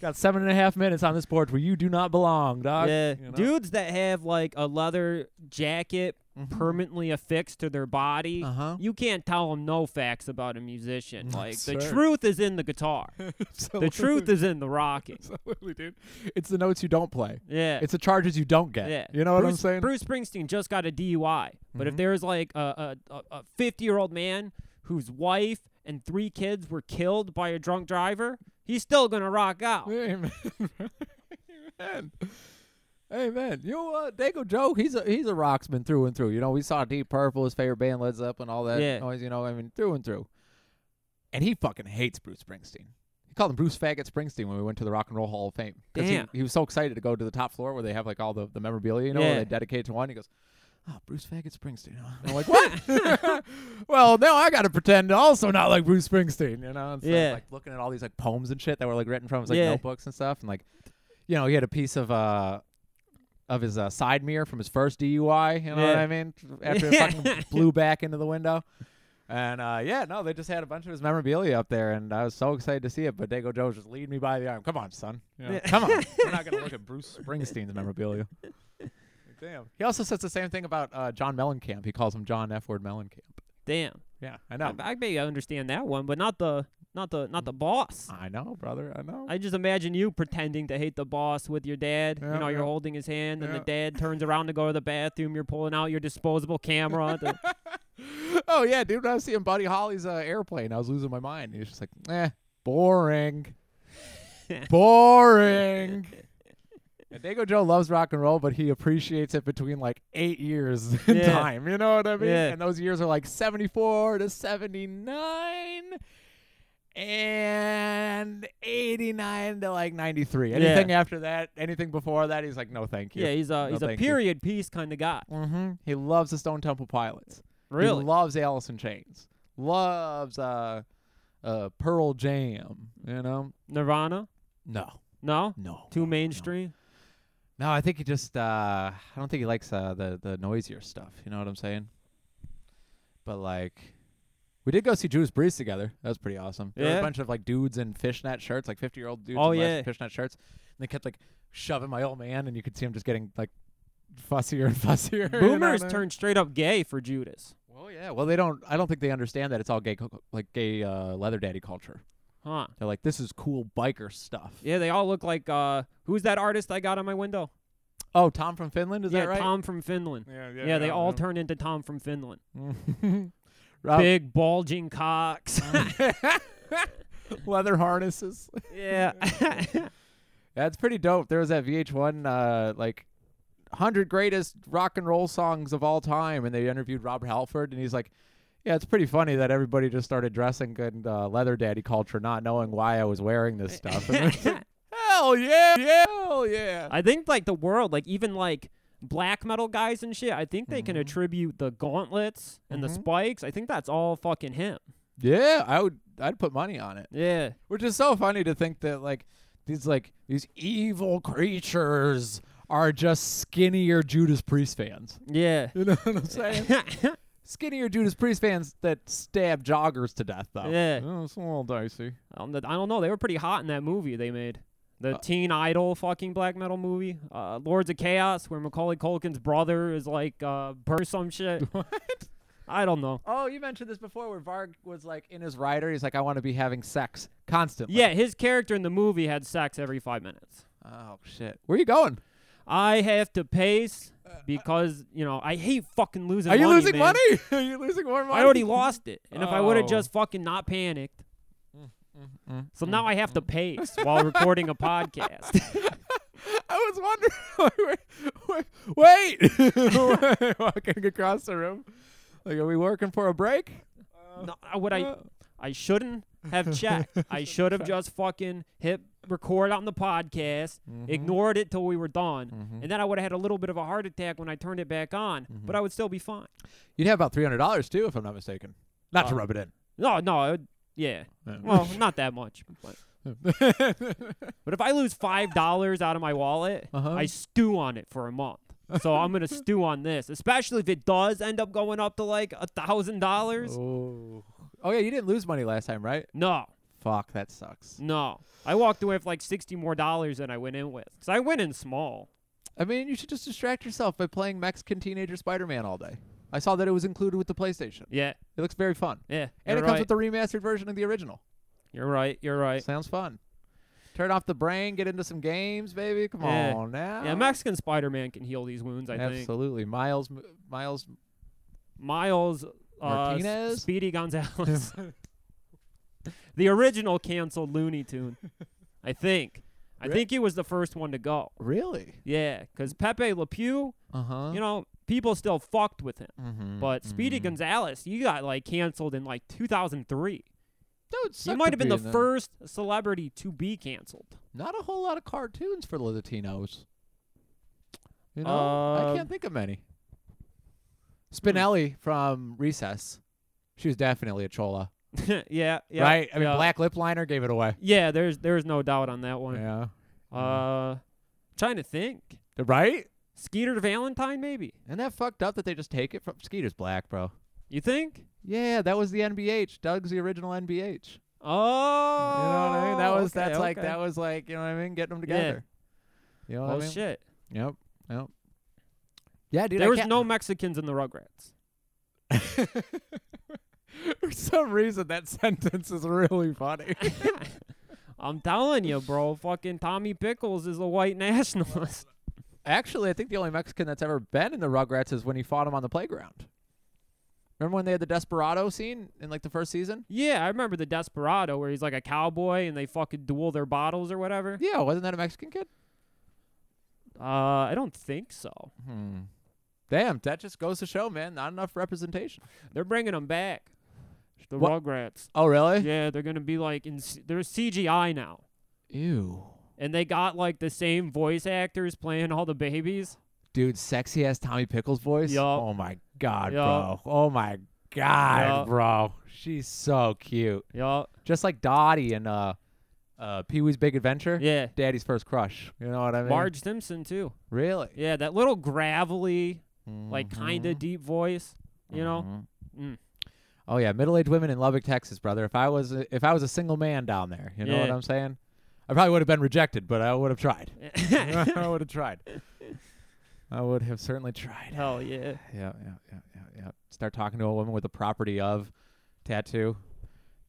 Speaker 3: Got seven and a half minutes on this porch where you do not belong, dog.
Speaker 2: yeah.
Speaker 3: You know?
Speaker 2: Dudes that have like a leather jacket permanently affixed to their body.
Speaker 3: Uh-huh.
Speaker 2: You can't tell them no facts about a musician. Like the
Speaker 3: Sure.
Speaker 2: truth is in the guitar. the truth is in the rocking.
Speaker 3: Absolutely, dude. It's the notes you don't play.
Speaker 2: Yeah.
Speaker 3: It's the charges you don't get.
Speaker 2: yeah.
Speaker 3: You know what
Speaker 2: Bruce,
Speaker 3: I'm saying? Mm-hmm.
Speaker 2: Bruce Springsteen just got a DUI. But if there's like a a- a- a 50 year old man whose wife and three kids were killed by a drunk driver, he's still going to rock out.
Speaker 3: Amen. Amen. Amen. You know what? Dago Joe, he's a he's a rocksman through and through. You know, we saw Deep Purple, his favorite band, Led Zeppelin, all that
Speaker 2: Yeah.
Speaker 3: noise. You know, I mean, through and through. And he fucking hates Bruce Springsteen. He called him Bruce Faggot Springsteen when we went to the Rock and Roll Hall of Fame. 'Cause
Speaker 2: Damn.
Speaker 3: He, he was so excited to go to the top floor where they have like all the, the memorabilia, you know, where
Speaker 2: Yeah.
Speaker 3: they dedicate to one. He goes, oh, Bruce Faggot Springsteen. huh?" I'm like, what? well, now I got to pretend to also not like Bruce Springsteen, you know? And so,
Speaker 2: Yeah.
Speaker 3: Like looking at all these like poems and shit that were like written from his like
Speaker 2: Yeah.
Speaker 3: notebooks and stuff, and like, you know, he had a piece of uh of his uh, side mirror from his first DUI. You know what
Speaker 2: Yeah.
Speaker 3: I mean? After it fucking blew back into the window. And uh, yeah, no, they just had a bunch of his memorabilia up there, and I was so excited to see it. But Dago Joe was just leading me by the arm. Come on, son. You know,
Speaker 2: Yeah.
Speaker 3: Come on. We're not gonna look at Bruce Springsteen's memorabilia. Damn. He also says the same thing about uh, John Mellencamp. He calls him John F. Word Mellencamp.
Speaker 2: Damn.
Speaker 3: Yeah, I know.
Speaker 2: I, I maybe I understand that one, but not the not the not the boss.
Speaker 3: I know, brother. I know.
Speaker 2: I just imagine you pretending to hate the boss with your dad.
Speaker 3: Yeah,
Speaker 2: you know,
Speaker 3: yeah.
Speaker 2: you're holding his hand, and
Speaker 3: Yeah.
Speaker 2: the dad turns around to go to the bathroom. You're pulling out your disposable camera. to-
Speaker 3: oh yeah, dude. When I was seeing Buddy Holly's uh, airplane, I was losing my mind. He was just like, eh, boring, boring. And Dago Joe loves rock and roll, but he appreciates it between like eight years in
Speaker 2: Yeah.
Speaker 3: time. You know what I mean?
Speaker 2: Yeah.
Speaker 3: And those years are like seventy four to seventy nine. And 89 to like 93. Anything after that, anything before that, he's like, no, thank you.
Speaker 2: yeah, he's a
Speaker 3: No,
Speaker 2: he's a
Speaker 3: thank you.
Speaker 2: period piece kind of guy.
Speaker 3: Mm-hmm. He loves the Stone Temple Pilots.
Speaker 2: Really?
Speaker 3: He loves Alice in Chains. Loves uh, uh, Pearl Jam. You know?
Speaker 2: Nirvana?
Speaker 3: No,
Speaker 2: No.
Speaker 3: no.
Speaker 2: Too mainstream.
Speaker 3: No, I think he just. Uh, I don't think he likes uh, the the noisier stuff. You know what I'm saying? But like, we did go see Judas Priest together. That was pretty awesome. There were
Speaker 2: Yeah.
Speaker 3: a bunch of like dudes in fishnet shirts, like 50 year old dudes
Speaker 2: Oh,
Speaker 3: in
Speaker 2: yeah.
Speaker 3: fishnet shirts, and they kept like shoving my old man, and you could see him just getting like fussier and fussier. you know
Speaker 2: Boomers
Speaker 3: what I mean?
Speaker 2: turned straight up gay for Judas.
Speaker 3: Well, yeah. Well, they don't. I don't think they understand that it's all gay, co- like gay uh, leather daddy culture.
Speaker 2: Huh.
Speaker 3: They're like, this is cool biker stuff.
Speaker 2: Yeah, they all look like uh who's that artist I got on my window?
Speaker 3: Oh, Tom from Finland, is
Speaker 2: yeah,
Speaker 3: that right?
Speaker 2: Tom from Finland.
Speaker 3: Yeah,
Speaker 2: Yeah, they all turn into Tom from Finland.
Speaker 3: turn Rob,
Speaker 2: Big bulging cocks.
Speaker 3: leather harnesses.
Speaker 2: yeah.
Speaker 3: That's pretty dope. There was that VH1 uh, like hundred greatest rock and roll songs of all time, and they interviewed Rob Halford, and he's like, "Yeah, it's pretty funny that everybody just started dressing in uh, leather daddy culture, not knowing why I was wearing this stuff." And it's like, Eh, Hell yeah! Yeah! Hell yeah!
Speaker 2: I think like the world, like even like black metal guys and shit, I think they
Speaker 3: Mm-hmm.
Speaker 2: can attribute the gauntlets and the
Speaker 3: Mhm.
Speaker 2: spikes. I think that's all fucking him.
Speaker 3: Yeah, I would. I'd put money on it.
Speaker 2: Yeah.
Speaker 3: Which is so funny to think that like these like these evil creatures are just skinnier Judas Priest fans.
Speaker 2: Yeah.
Speaker 3: You know what I'm saying? skinnier Judas Priest fans that stab joggers to death, though.
Speaker 2: Yeah.
Speaker 3: Oh, it's a little dicey.
Speaker 2: Um, that- I don't know. They were pretty hot in that movie they made. The
Speaker 3: Uh,
Speaker 2: Teen Idol fucking black metal movie, uh, Lords of Chaos, where Macaulay Culkin's brother is like uh, burst some shit.
Speaker 3: What?
Speaker 2: I don't know.
Speaker 3: Oh, you mentioned this before where Varg was like in his rider. He's like, I want to be having sex constantly.
Speaker 2: Yeah, his character in the movie had sex every five minutes.
Speaker 3: Oh, shit. Where you going?
Speaker 2: I have to pace because you know I hate fucking losing.
Speaker 3: Are you
Speaker 2: money,
Speaker 3: losing
Speaker 2: man.
Speaker 3: money? Are you losing more money?
Speaker 2: I already lost it, and if I would
Speaker 3: Oh.
Speaker 2: have just fucking not panicked,
Speaker 3: Mm.
Speaker 2: so now I have to pace while recording a podcast.
Speaker 3: I was wondering. wait, wait, wait. walking across the room. Like, are we working for a break? Uh,
Speaker 2: no, I- what I I shouldn't have checked. I should have just fucking hit record on the podcast,
Speaker 3: Mm-hmm.
Speaker 2: ignored it till we were done, and then I would have had a little bit of a heart attack when I turned it back on, but I would still be fine.
Speaker 3: You'd have about three hundred dollars too, if I'm not mistaken. Not to rub it in.
Speaker 2: No, no, I would- yeah.
Speaker 3: Yeah.
Speaker 2: Uh, Well, not that much. But, but if I lose five dollars out of my wallet,
Speaker 3: Uh-huh.
Speaker 2: I stew on it for a month. So I'm gonna stew on this, especially if it does end up going up to like a thousand dollars.
Speaker 3: oh. oh yeah, you didn't lose money last time, right?
Speaker 2: No,
Speaker 3: Fuck, that sucks.
Speaker 2: no. I walked away with like sixty more dollars than I went in with. Cause I went in small.
Speaker 3: I mean, you should just distract yourself by playing Mexican teenager Spider-Man all day. I saw that it was included with the PlayStation.
Speaker 2: Yeah,
Speaker 3: It looks very fun,
Speaker 2: yeah.
Speaker 3: and
Speaker 2: you're
Speaker 3: it
Speaker 2: right.
Speaker 3: comes with the remastered version of the original.
Speaker 2: You're right. You're right.
Speaker 3: Sounds fun. Turn off the brain, get into some games, baby. Come
Speaker 2: Yeah.
Speaker 3: on now.
Speaker 2: Yeah, Mexican Spider-Man can heal these wounds. I think
Speaker 3: Absolutely, Miles. Miles.
Speaker 2: Miles uh,
Speaker 3: Martinez?
Speaker 2: S- Speedy Gonzalez, the original canceled Looney Tune. I think. I
Speaker 3: Re-
Speaker 2: think he was the first one to go.
Speaker 3: Really?
Speaker 2: Yeah, because Pepe Le Pew,
Speaker 3: Uh huh.
Speaker 2: you know, people still fucked with him.
Speaker 3: mm-hmm.
Speaker 2: But Speedy Gonzalez, he got like canceled in like 2003. he might have been the first celebrity to be canceled.
Speaker 3: Not a whole lot of cartoons for the Latinos. You know, I
Speaker 2: Um,
Speaker 3: can't think of many.
Speaker 2: hmm.
Speaker 3: Spinelli from Recess. She was definitely a chola,
Speaker 2: yeah, yeah.
Speaker 3: right? I mean,
Speaker 2: yeah.
Speaker 3: black lip liner gave it away.
Speaker 2: Yeah, there's there's no doubt on that one.
Speaker 3: Yeah.
Speaker 2: Uh, trying to think.
Speaker 3: Right?
Speaker 2: Skeeter Valentine, maybe.
Speaker 3: And that fucked up that they just take it from Skeeter's black, bro.
Speaker 2: You think?
Speaker 3: Yeah, that was the NBH. Doug's the original NBH.
Speaker 2: Oh,
Speaker 3: You know what I mean? That was that's like
Speaker 2: okay.
Speaker 3: that was like you know what I mean? Getting them
Speaker 2: Yeah.
Speaker 3: together. You know what
Speaker 2: Oh
Speaker 3: I mean?
Speaker 2: shit!
Speaker 3: Yep. Yep. Yeah, dude. I
Speaker 2: there was
Speaker 3: can't-
Speaker 2: no Mexicans in the Rugrats.
Speaker 3: For some reason, that sentence is really funny.
Speaker 2: I'm telling you, bro. Fucking Tommy Pickles is a white nationalist.
Speaker 3: Actually, I think the only Mexican that's ever been in the Rugrats is when he fought him on the playground. Remember when they had the Desperado scene in like the first season?
Speaker 2: yeah, I remember the Desperado where he's like a cowboy and they fucking duel their bottles or whatever.
Speaker 3: Yeah, wasn't that a Mexican kid?
Speaker 2: Uh, I don't think so.
Speaker 3: Hmm. Damn, that just goes to show, man. Not enough representation.
Speaker 2: They're bringing them back. The
Speaker 3: What?
Speaker 2: Rugrats.
Speaker 3: Oh, really?
Speaker 2: Yeah, they're gonna be like in. C- they're CGI now.
Speaker 3: Ew.
Speaker 2: and they got like the same voice actors playing all the babies.
Speaker 3: Dude, sexy ass Tommy Pickles voice.
Speaker 2: Yup.
Speaker 3: Oh my god,
Speaker 2: Yup.
Speaker 3: bro. Oh my god,
Speaker 2: Yup.
Speaker 3: bro. She's so cute.
Speaker 2: Yeah,
Speaker 3: Just like Dottie in uh, uh, Pee Wee's Big Adventure.
Speaker 2: yeah.
Speaker 3: Daddy's first crush. You know what I mean?
Speaker 2: Marge Simpson too.
Speaker 3: Really?
Speaker 2: Yeah, that little gravelly, like
Speaker 3: Mm-hmm.
Speaker 2: kind of deep voice. You know, Mm.
Speaker 3: Oh yeah, middle-aged women in Lubbock, Texas, brother. If I was a, if I was a single man down there, you know what
Speaker 2: Yeah.
Speaker 3: I'm saying? I probably would have been rejected, but I would have tried. I would have tried. I would have certainly tried.
Speaker 2: hell yeah.
Speaker 3: Yeah, yeah, yeah, yeah, yeah. Start talking to a woman with a property of tattoo.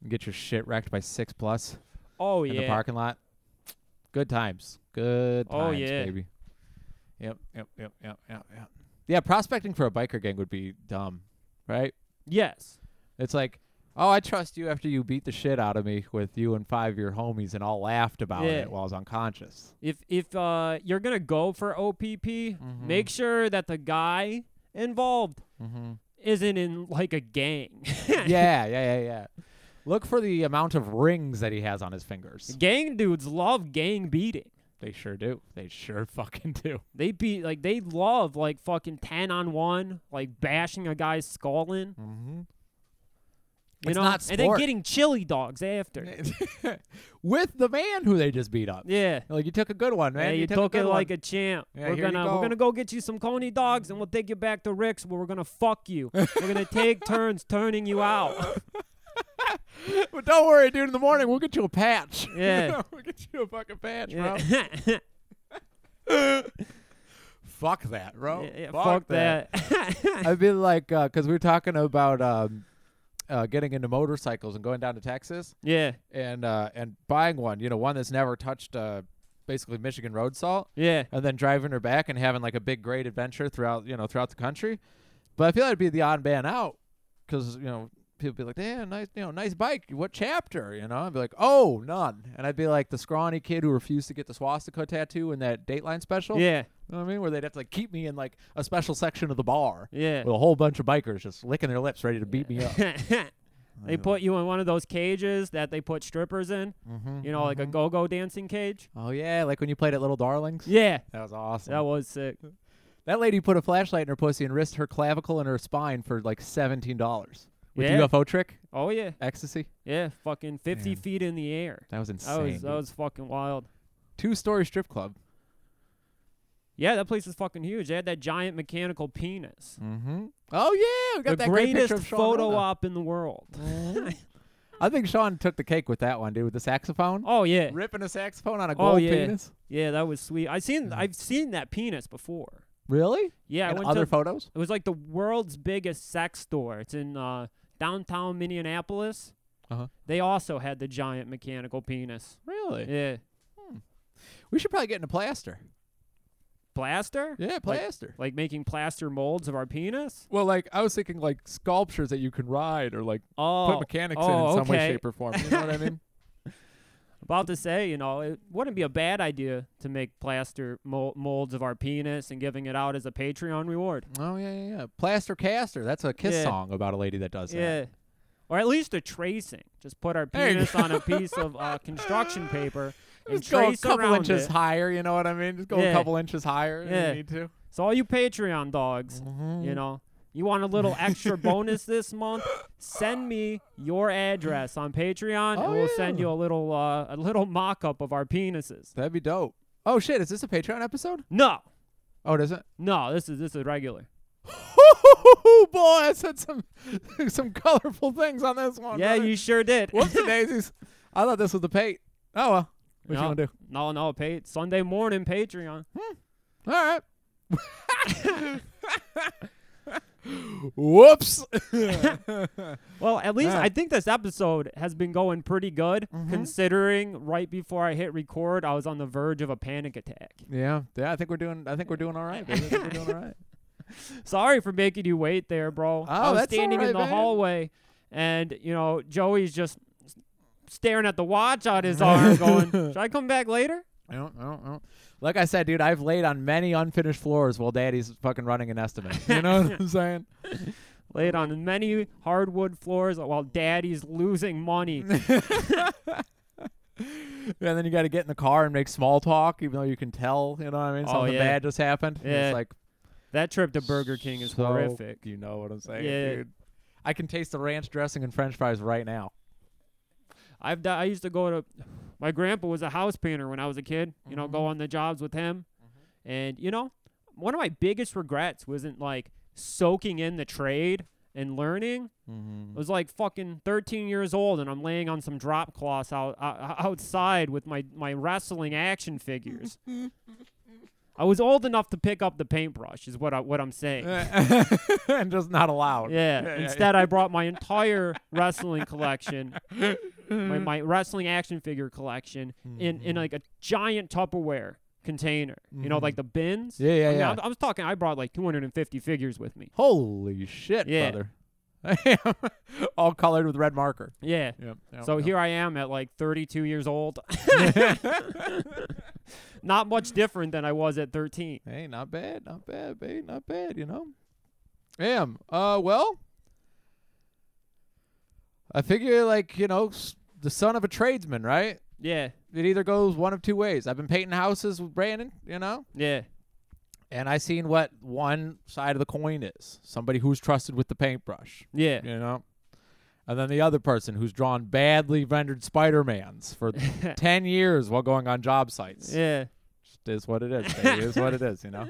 Speaker 3: And get your shit wrecked by six plus
Speaker 2: Oh yeah.
Speaker 3: in the parking lot. Good times. Good times,
Speaker 2: Oh, yeah.
Speaker 3: baby. Yep, yep, yep, yep, yep, yep. Yeah, prospecting for a biker gang would be dumb, right?
Speaker 2: Yes.
Speaker 3: It's like, oh, I trust you after you beat the shit out of me with you and five of your homies and all laughed about
Speaker 2: Yeah.
Speaker 3: it while I was unconscious.
Speaker 2: If if uh you're gonna go for OPP, make sure that the guy involved
Speaker 3: Mm-hmm.
Speaker 2: isn't in like a gang.
Speaker 3: yeah, yeah, yeah, yeah. Look for the amount of rings that he has on his fingers.
Speaker 2: gang dudes love gang beating.
Speaker 3: They sure do. They sure fucking do.
Speaker 2: They beat like they love like fucking ten on one, like bashing a guy's skull in.
Speaker 3: Mm-hmm.
Speaker 2: You
Speaker 3: It's
Speaker 2: know,
Speaker 3: not
Speaker 2: and then
Speaker 3: sport.
Speaker 2: getting chili dogs after.
Speaker 3: with the man who they just beat up.
Speaker 2: Yeah.
Speaker 3: Like you took a good one, man.
Speaker 2: Hey, you,
Speaker 3: took,
Speaker 2: took,
Speaker 3: a
Speaker 2: it
Speaker 3: good
Speaker 2: like
Speaker 3: one.
Speaker 2: a champ.
Speaker 3: Yeah,
Speaker 2: we're
Speaker 3: here you
Speaker 2: gonna we're
Speaker 3: go.
Speaker 2: gonna go get you some Coney dogs, and we'll take you back to Rick's, where we're gonna fuck you. we're gonna take turns turning you out.
Speaker 3: Well, don't worry, dude. In the morning, we'll get you a patch.
Speaker 2: Yeah.
Speaker 3: we'll get you a fucking patch,
Speaker 2: Yeah.
Speaker 3: bro.
Speaker 2: Yeah,
Speaker 3: Fuck that, bro.
Speaker 2: yeah, fuck that.
Speaker 3: I'd be like, because we were talking about um, uh, getting into motorcycles and going down to Texas
Speaker 2: yeah,
Speaker 3: and uh, and buying one. You know, one that's never touched uh, basically Michigan road salt.
Speaker 2: yeah.
Speaker 3: and then driving her back and having like a big great adventure throughout you know throughout the country. But I feel like it'd be the odd man out because you know people be like, "Yeah, nice, you know, nice bike. What chapter?" You know, I'd be like, "Oh, none." And I'd be like the scrawny kid who refused to get the swastika tattoo in that Dateline special.
Speaker 2: Yeah,
Speaker 3: you know what I mean, where they'd have to like keep me in like a special section of the bar
Speaker 2: yeah.
Speaker 3: with a whole bunch of bikers just licking their lips, ready to beat me up.
Speaker 2: they put you in one of those cages that they put strippers in. You know,
Speaker 3: Mm-hmm.
Speaker 2: like a go-go dancing cage.
Speaker 3: Oh yeah, like when you played at Little Darlings.
Speaker 2: Yeah,
Speaker 3: That was awesome.
Speaker 2: that was sick.
Speaker 3: That lady put a flashlight in her pussy and risked her clavicle and her spine for like seventeen dollars with
Speaker 2: Yeah.
Speaker 3: UFO trick
Speaker 2: Oh yeah,
Speaker 3: ecstasy.
Speaker 2: yeah. Fucking fifty
Speaker 3: Man.
Speaker 2: feet in the air.
Speaker 3: That was insane.
Speaker 2: That was that
Speaker 3: dude.
Speaker 2: was fucking wild.
Speaker 3: Two-story strip club.
Speaker 2: Yeah, that place is fucking huge. They had that giant mechanical penis.
Speaker 3: Mm-hmm. Oh yeah, we got
Speaker 2: the
Speaker 3: that great
Speaker 2: greatest
Speaker 3: picture of Sean
Speaker 2: photo
Speaker 3: Rona.
Speaker 2: op in the world.
Speaker 3: Mhm. I think Sean took the cake with that one, dude, with the saxophone,
Speaker 2: Oh yeah,
Speaker 3: ripping a saxophone on a
Speaker 2: Oh,
Speaker 3: gold
Speaker 2: yeah.
Speaker 3: penis.
Speaker 2: yeah, that was sweet. I seen
Speaker 3: Mm.
Speaker 2: I've seen that penis before.
Speaker 3: Really?
Speaker 2: Yeah, I
Speaker 3: and
Speaker 2: went
Speaker 3: other
Speaker 2: to
Speaker 3: photos.
Speaker 2: it was like the world's biggest sex store. It's in uh, downtown Minneapolis.
Speaker 3: Uh-huh.
Speaker 2: They also had the giant mechanical penis.
Speaker 3: Really?
Speaker 2: Yeah,
Speaker 3: We should probably get into plaster.
Speaker 2: plaster.
Speaker 3: Yeah, plaster.
Speaker 2: Like making plaster molds of our penis.
Speaker 3: well, like I was thinking, like sculptures that you can ride or like
Speaker 2: Oh,
Speaker 3: put mechanics in
Speaker 2: oh,
Speaker 3: in some way,
Speaker 2: okay.
Speaker 3: shape, or form. You know what I mean?
Speaker 2: About to say, you know, it wouldn't be a bad idea to make plaster mol- molds of our penis and giving it out as a Patreon reward.
Speaker 3: Oh yeah, yeah, yeah. Plaster Caster. That's a Kiss
Speaker 2: Yeah.
Speaker 3: song about a lady that does that.
Speaker 2: Yeah. Or at least a tracing. Just put our
Speaker 3: There you
Speaker 2: penis on a piece of uh, construction paper and
Speaker 3: Just go a
Speaker 2: trace
Speaker 3: couple
Speaker 2: around
Speaker 3: inches
Speaker 2: it.
Speaker 3: higher. You know what I mean? Just go a
Speaker 2: Yeah.
Speaker 3: couple inches higher. if
Speaker 2: Yeah.
Speaker 3: you need to.
Speaker 2: So all you Patreon dogs,
Speaker 3: Mm-hmm.
Speaker 2: you know, you want a little extra bonus this month? Send me your address on Patreon, and
Speaker 3: Oh,
Speaker 2: we'll send
Speaker 3: yeah.
Speaker 2: you a little uh, a little mock-up of our penises.
Speaker 3: That'd be dope. Oh shit! Is this a Patreon episode?
Speaker 2: No,
Speaker 3: Oh, it isn't.
Speaker 2: no, this is this is regular.
Speaker 3: Oh, Boy, I said some some colorful things on this one.
Speaker 2: yeah,
Speaker 3: brother.
Speaker 2: you sure did.
Speaker 3: Oh, Whoops, daisies. I thought this was the pate. Oh well. What
Speaker 2: no,
Speaker 3: you gonna do?
Speaker 2: No, no, pa- Sunday morning Patreon.
Speaker 3: All right. Whoops.
Speaker 2: Well, at least
Speaker 3: Yeah. Mm-hmm.
Speaker 2: I think this episode has been going pretty good, considering right before I hit record, I was on the verge of a panic attack.
Speaker 3: yeah, yeah. I think we're doing. I think we're doing all right. Baby. I think we're doing all right.
Speaker 2: Sorry for making you wait there, bro. I
Speaker 3: Oh,
Speaker 2: was
Speaker 3: that's all
Speaker 2: standing in
Speaker 3: right,
Speaker 2: the
Speaker 3: man.
Speaker 2: hallway, and you know Joey's just staring at the watch on his arm, going, "Should I come back later?"
Speaker 3: I don't, I don't, I don't. Like I said, dude, I've laid on many unfinished floors while daddy's fucking running an estimate. You know what I'm saying?
Speaker 2: Laid on many hardwood floors while Daddy's losing money.
Speaker 3: And then you got to get in the car and make small talk, even though you can tell, you know what I mean?
Speaker 2: Oh,
Speaker 3: Something
Speaker 2: yeah.
Speaker 3: bad just happened. And
Speaker 2: Yeah.
Speaker 3: It's like,
Speaker 2: that trip to Burger King is
Speaker 3: so-
Speaker 2: horrific.
Speaker 3: You know what I'm saying,
Speaker 2: Yeah.
Speaker 3: dude? I can taste the ranch dressing and french fries right now.
Speaker 2: I've di- I used to go to my grandpa was a house painter when I was a kid. You know, go on the jobs with him, and you know, one of my biggest regrets wasn't like soaking in the trade and learning. I was like fucking 13 years old, and I'm laying on some drop cloths out, uh, outside with my my wrestling action figures. I was old enough to pick up the paintbrush, is what I, what I'm saying.
Speaker 3: and just not allowed.
Speaker 2: Yeah. Instead, I brought my entire wrestling collection, my, my wrestling action figure collection, in in like a giant Tupperware container. You know, like the bins.
Speaker 3: Yeah, yeah,
Speaker 2: I mean,
Speaker 3: yeah.
Speaker 2: I'm- I was talking. I brought like 250 figures with me.
Speaker 3: Holy shit,
Speaker 2: Yeah.
Speaker 3: brother. All colored with red marker.
Speaker 2: Yeah.
Speaker 3: Yep.
Speaker 2: So here I am at like 32 years old. Not much different than I was at 13.
Speaker 3: Hey, not bad, not bad, babe, not bad, you know. Am uh well, I figure like you know s- the son of a tradesman, right?
Speaker 2: Yeah.
Speaker 3: It either goes one of two ways. I've been painting houses with Brandon, you know,
Speaker 2: Yeah.
Speaker 3: and I seen what one side of the coin is. Somebody who's trusted with the paintbrush,
Speaker 2: Yeah.
Speaker 3: you know. And then the other person who's drawn badly rendered Spider-Mans for 10 years while going on job sites.
Speaker 2: yeah.
Speaker 3: Just is what it is. Baby. It is what it is, you know?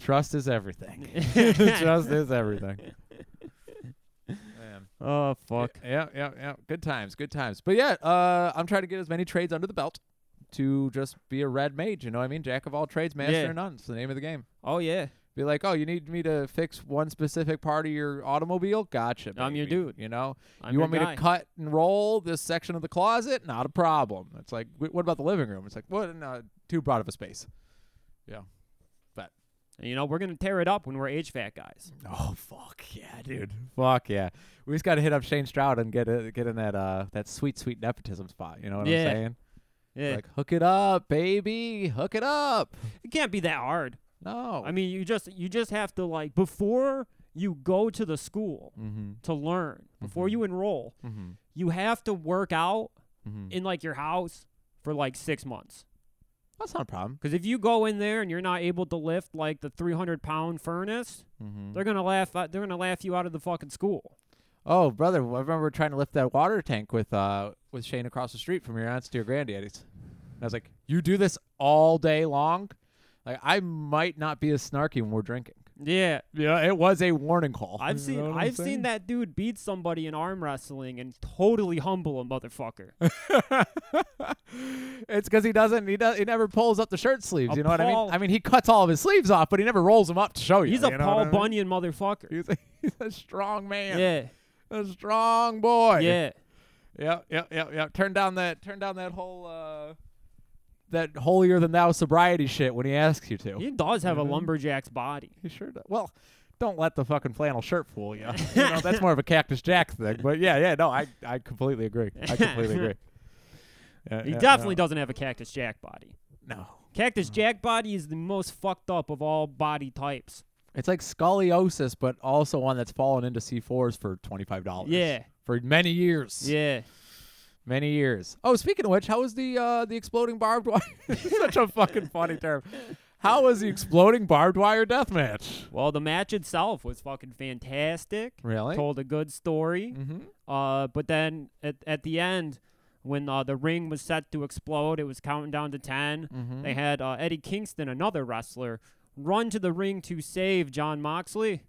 Speaker 3: Trust is everything. Trust is everything. Man.
Speaker 2: Oh fuck.
Speaker 3: Yeah, yeah, yeah. Good times, good times. But yeah, uh, I'm trying to get as many trades under the belt to just be a red mage. You know what I mean? Jack of all trades, master
Speaker 2: Yeah.
Speaker 3: of none. It's the name of the game.
Speaker 2: Oh yeah.
Speaker 3: Be like, oh, you need me to fix one specific part of your automobile? Gotcha.
Speaker 2: I'm your
Speaker 3: baby,"
Speaker 2: dude.
Speaker 3: You know,
Speaker 2: I'm
Speaker 3: you
Speaker 2: your
Speaker 3: want me
Speaker 2: guy.
Speaker 3: to cut and roll this section of the closet? Not a problem. It's like, "Wh- what about the living room? It's like, what? No, too broad of a space.
Speaker 2: You know we're gonna tear it up when we're HVAC guys.
Speaker 3: Oh fuck yeah, dude. Fuck yeah. We just got to hit up Shane Stroud and get a, get in that uh that sweet sweet nepotism spot. You know what
Speaker 2: Yeah.
Speaker 3: I'm saying?
Speaker 2: Yeah.
Speaker 3: Like, hook it up, baby. Hook it up.
Speaker 2: it can't be that hard.
Speaker 3: No.
Speaker 2: I mean, you just you just have to like before you go to the school
Speaker 3: mm-hmm,
Speaker 2: to learn, before you enroll,
Speaker 3: mm-hmm,
Speaker 2: you have to work out
Speaker 3: mm-hmm.
Speaker 2: in like your house for like 6 months.
Speaker 3: That's not a problem.
Speaker 2: Cuz if you go in there and you're not able to lift like the 300 pound furnace,
Speaker 3: Mm-hmm.
Speaker 2: they're going to laugh at, they're going to laugh you out of the fucking school.
Speaker 3: Oh, brother, I remember trying to lift that water tank with uh with Shane across the street from your aunt's to your granddaddy's. And I was like, you do this all day long? Like, I might not be as snarky when we're drinking.
Speaker 2: Yeah,
Speaker 3: Yeah, it was a warning call.
Speaker 2: I've seen I've seen that dude beat somebody in arm wrestling and totally humble a motherfucker.
Speaker 3: it's because he doesn't. He does. He never pulls up the shirt sleeves.
Speaker 2: A
Speaker 3: you know what I mean?
Speaker 2: Paul-
Speaker 3: I mean, he cuts all of his sleeves off, but he never rolls them up to show you.
Speaker 2: He's
Speaker 3: you
Speaker 2: a
Speaker 3: know what
Speaker 2: Paul
Speaker 3: I mean?
Speaker 2: Bunyan motherfucker.
Speaker 3: He's a, he's a strong man.
Speaker 2: Yeah.
Speaker 3: A strong boy.
Speaker 2: Yeah.
Speaker 3: Yep. Yep. Yep. Yep. Turn down that. Turn down that whole. uh that holier than thou sobriety shit when he asks you to.
Speaker 2: He does have a
Speaker 3: Mhm.
Speaker 2: lumberjack's body.
Speaker 3: He sure does. Well, don't let the fucking flannel shirt fool you. you know, that's more of a Cactus Jack thing. But yeah, yeah, no, I, I completely agree. I completely agree. Yeah,
Speaker 2: He
Speaker 3: yeah, Mm-hmm.
Speaker 2: definitely
Speaker 3: no.
Speaker 2: doesn't have a Cactus Jack body.
Speaker 3: No.
Speaker 2: Cactus Jack body is the most fucked up of all body types.
Speaker 3: It's like scoliosis, but also one that's fallen into C4s for $25.
Speaker 2: Yeah.
Speaker 3: For many years.
Speaker 2: Yeah.
Speaker 3: Many years. Oh, speaking of which, how was the uh, the exploding barbed wire? Such a fucking funny term. How was the exploding barbed wire death match?
Speaker 2: Well, the match itself was fucking fantastic.
Speaker 3: Really?
Speaker 2: Told a good story.
Speaker 3: Mm-hmm.
Speaker 2: Uh, but then at, at the end, when uh, the ring was set to explode, it was counting down to 10.
Speaker 3: Mhm.
Speaker 2: They had uh, Eddie Kingston, another wrestler, run to the ring to save John Moxley.